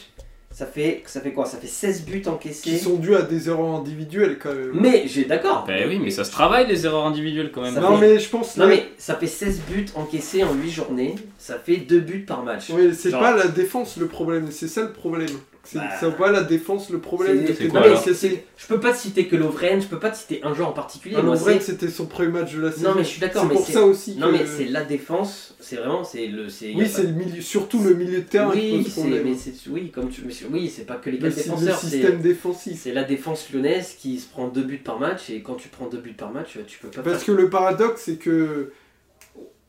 S2: Ça fait, ça fait quoi Ça fait 16 buts
S3: Qui
S2: encaissés.
S3: sont dus à des erreurs individuelles, quand même.
S2: Mais j'ai d'accord.
S1: Bah oui, mais ça se travaille les erreurs individuelles quand même.
S2: Ça
S3: non,
S2: fait-
S3: mais je pense.
S2: Non mais ça fait 16 buts encaissés en 8 journées, ça fait 2 buts par match.
S3: Oui, c'est
S2: Genre-
S3: pas la défense le problème, c'est ça le problème. C'est
S2: Bah.
S3: c'est pas la défense le problème.
S2: C'est-
S3: de
S2: c'est
S3: tes
S1: quoi,
S3: buts
S1: alors
S3: encaissés.
S2: Je peux pas te citer que Lovren, je peux pas te citer un joueur en particulier.
S3: Ah,
S2: moi,
S3: non, vrai que
S2: c'est-
S3: c'était son premier match de la saison.
S2: Non mais je suis d'accord
S3: C'est
S2: mais
S3: pour
S2: c'est
S3: ça aussi
S2: Non
S3: que-
S2: mais c'est la défense, c'est vraiment c'est le c'est y a
S3: Oui,
S2: pas-
S3: c'est le milieu, surtout le milieu de terrain qui
S2: Oui,
S3: pose
S2: c'est
S3: problème.
S2: mais c'est oui, comme tu mais c'est- oui, c'est pas que les
S3: Le,
S2: quatre
S3: sy- le
S2: défenseurs,
S3: système
S2: c'est
S3: défensif.
S2: c'est la défense lyonnaise qui se prend 2 buts par match et quand tu prends 2 buts par match, euh, tu peux pas
S3: Parce
S2: faire-
S3: que le paradoxe, c'est que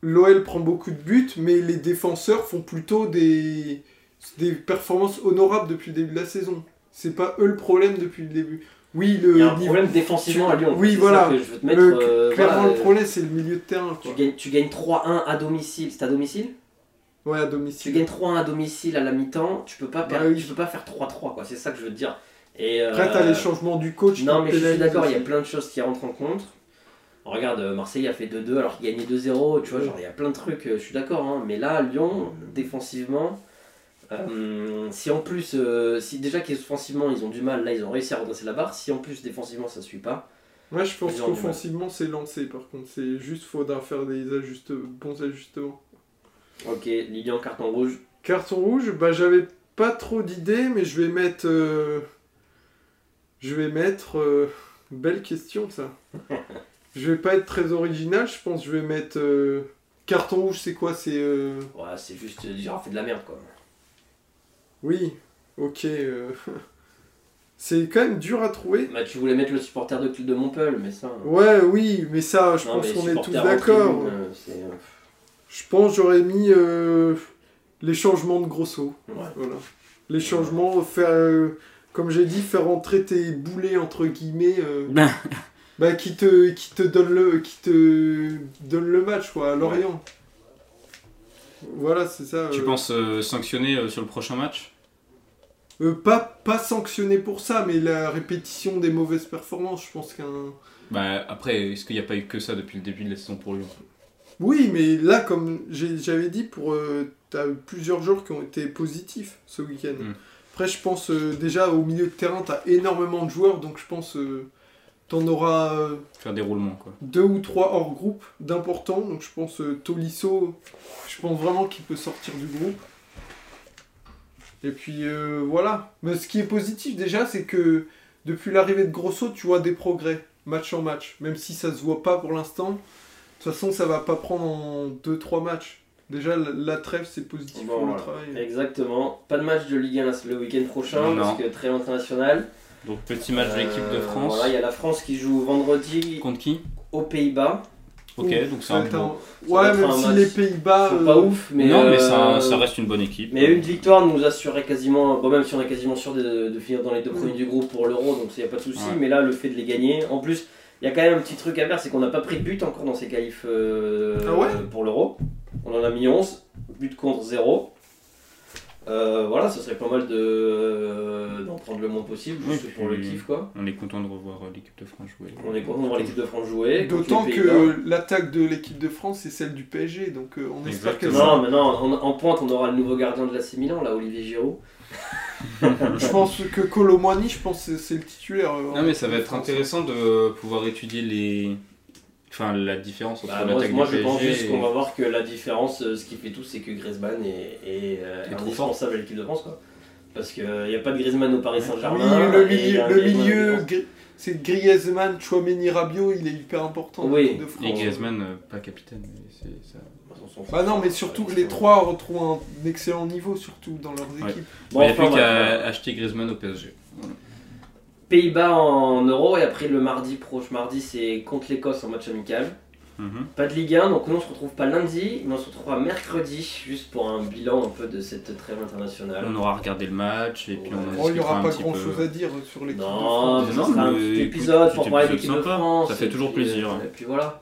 S3: l'OL prend beaucoup de buts, mais les défenseurs font plutôt des, des performances honorables depuis le début de la saison. C'est pas eux le problème depuis le début. Oui, le
S2: il y a un
S3: niveau-
S2: problème défensivement à Lyon.
S3: Oui,
S2: c'est ça
S3: voilà.
S2: que je veux te mettre,
S3: le-
S2: euh,
S3: clairement,
S2: voilà,
S3: le problème, c'est le milieu de terrain.
S2: tu
S3: Quoi.
S2: gagnes, tu gagnes 3-1 à domicile, c'est à domicile
S3: Ouais, à
S2: Tu
S3: domicile.
S2: gagnes 3-1 à domicile à la mi-temps, tu peux pas,
S3: Bah
S2: perdre,
S3: oui.
S2: tu peux pas faire 3-3, quoi. C'est ça que je veux te dire. Et, euh,
S3: Après, t'as les changements du coach.
S2: Non,
S3: qui
S2: mais je suis
S3: pénalisent
S2: d'accord, il y a
S3: aussi.
S2: plein de choses qui rentrent en compte. Regarde, euh, Marseille a fait 2-2 alors qu'il gagnait 2-0, tu vois, genre il y a plein de trucs, euh, je suis d'accord, hein. mais là, Lyon, défensivement, euh, si en plus, euh, si déjà qu'offensivement ils ont du mal, là ils ont réussi à redresser la barre, si en plus défensivement ça suit pas,
S3: Moi, je pense
S2: Ils ont du mal.
S3: qu'offensivement, c'est lancé. Par contre, c'est juste faudra faire des ajuste... bons ajustements.
S2: ok, Lilian carton rouge,
S3: Carton rouge, bah j'avais pas trop d'idées, mais je vais mettre. euh, Je vais mettre. euh, Belle question ça. je vais pas être très original, je pense. que Je vais mettre. euh, Carton rouge, c'est quoi C'est. euh,
S2: ouais, c'est juste, euh, genre, fait de la merde quoi.
S3: Oui, ok. euh, C'est quand même dur à trouver.
S2: Bah, tu voulais mettre le supporter de, de Montpellier, mais ça. hein.
S3: Ouais, oui, mais ça, je
S2: Non,
S3: pense
S2: mais
S3: qu'on est tous
S2: supporter en
S3: d'accord.
S2: tribune, euh, c'est, euh,
S3: Je pense que j'aurais mis euh, les changements de Grosso.
S2: ouais.
S3: Voilà. Les changements, faire, euh, comme j'ai dit, faire entrer tes boulets entre guillemets, euh,
S1: Ben.
S3: bah, qui te, qui te donne le, qui te donne le match quoi, à Lorient. Voilà, c'est ça.
S1: Tu
S3: euh.
S1: penses euh, sanctionner euh, sur le prochain match
S3: Euh, pas, pas sanctionné pour ça, mais la répétition des mauvaises performances, je pense qu'un.
S1: Bah après, est-ce qu'il n'y a pas eu que ça depuis le début de la saison pour Lyon
S3: Oui, mais là, comme j'ai- j'avais dit, pour euh, t'as eu plusieurs joueurs qui ont été positifs ce week-end.
S1: Mm.
S3: Après, je pense euh, déjà au milieu de terrain, t'as énormément de joueurs, donc je pense euh, t'en auras euh,
S1: Faire des roulements quoi.
S3: deux ou trois hors groupe d'importants. Donc je pense euh, Tolisso, je pense vraiment qu'il peut sortir du groupe. Et puis euh, voilà. Mais ce qui est positif déjà, c'est que depuis l'arrivée de Grosso, tu vois des progrès match en match. Même si ça se voit pas pour l'instant, de toute façon ça va pas prendre en 2-3 matchs. Déjà la, la trêve c'est positif
S2: Bon,
S3: pour
S2: voilà.
S3: le travail.
S2: Exactement. Pas de match de Ligue 1 le week-end prochain,
S1: Non.
S2: parce que très international.
S1: Donc petit match de l'équipe de
S2: Euh,
S1: France.
S2: Voilà, il y a la France qui joue vendredi
S1: Contre qui
S2: aux Pays-Bas.
S1: Ok,
S3: Ouf,
S1: donc c'est
S3: Ça
S1: un
S3: va être
S1: bon-
S3: un-
S2: va
S3: Ouais,
S2: être
S3: même
S2: un
S3: si
S2: match.
S3: les Pays-Bas.
S2: C'est
S3: euh,
S2: pas ouf, mais.
S1: Ah, non, mais ça,
S2: euh,
S1: ça reste une bonne équipe.
S2: Mais une victoire nous assurait quasiment. Bon, même si on est quasiment sûr de, de finir dans les deux premiers du groupe pour l'Euro, donc il n'y a pas de souci.
S1: Mm. Ouais.
S2: Mais là, le fait de les gagner. En plus, il y a quand même un petit truc à faire c'est qu'on n'a pas pris de but encore dans ces qualifs euh,
S3: Ah ouais
S2: pour l'Euro. On en a mis 11, but contre 0. Euh, voilà, ce serait pas mal de euh, d'en prendre le moins possible,
S1: Oui,
S2: juste
S1: puis-
S2: pour le kiff quoi.
S1: On est content de revoir euh, l'équipe de France jouer.
S2: On est content de voir l'équipe de France jouer. contre
S3: D'autant
S2: les
S3: que
S2: Pays-Bas.
S3: euh, l'attaque de l'équipe de France c'est celle du PSG, donc euh, on espère que
S1: Exactement.
S3: ça
S2: Non, mais non, en, en pointe, on aura le nouveau gardien de l'AC Milan, là, Olivier Giroud.
S3: Je pense que Colomwani, je pense que c'est le titulaire. euh,
S1: Non, mais ça va être
S3: France.
S1: intéressant de pouvoir étudier les. Enfin, la différence entre
S2: Bah, moi,
S1: l'attaque
S2: moi,
S1: du
S2: je pense
S1: PSG
S2: juste
S1: et-
S2: qu'on va voir que la différence, euh, ce qui fait tout, c'est que Griezmann est, est, euh,
S1: Est trop
S2: indispensable à l'équipe de France. Quoi. Parce qu'il n'y a pas de Griezmann au Paris
S3: Ah Oui,
S2: Saint-Germain.
S3: le
S2: Ah, et il y a
S3: milieu,
S2: un
S3: le
S2: Griezmann
S3: milieu,
S2: en défense.
S3: Gri- c'est Griezmann, Chouameni, Rabiot, il est hyper important dans
S2: Oui.
S3: l'équipe de France.
S1: Et Griezmann, euh, pas capitaine, mais c'est ça.
S2: On s'en fout.
S3: Bah non, mais surtout que les trois retrouvent un excellent niveau, surtout dans leurs
S1: Ouais.
S3: équipes.
S2: Bon,
S1: il n'y a
S2: enfin,
S1: plus qu'à
S2: bref, voilà.
S1: acheter Griezmann au PSG.
S2: Pays-Bas en euro, et après le mardi proche, mardi, c'est contre l'Écosse en match amical.
S1: Mhm.
S2: Pas de Ligue 1, donc nous on se retrouve pas lundi, mais on se retrouvera mercredi, juste pour un bilan un peu de cette trêve internationale.
S1: On aura regardé le match et puis on en
S3: Oh, il n'y
S1: discutera
S3: aura
S1: un
S3: pas
S1: petit
S3: grand
S1: peu. euh,
S3: chose à dire sur l'équipe de
S2: Non,
S3: France.
S2: mais
S1: Non,
S2: ça sera un
S1: mais
S2: petit
S1: écoute,
S2: épisode pour
S1: petit
S2: parler de
S1: épisode
S2: l'équipe de
S1: sympa.
S2: France.
S1: Ça
S2: et
S1: fait toujours
S2: puis,
S1: plaisir.
S2: euh, Et puis voilà.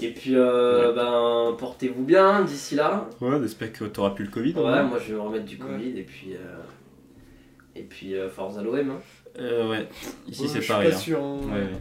S2: Et puis, euh, ben, portez-vous bien d'ici là.
S1: Ouais, j'espère que t'auras plus le Covid. hein.
S2: Ouais, moi je vais me remettre du Covid et puis. euh, Et puis, euh, force à l'OM. hein.
S1: Euh, ouais. Ici,
S3: Ouais,
S1: c'est
S3: je suis
S1: pareil.
S3: pas
S1: hein.
S3: sûr, hein.
S1: Ouais, ouais.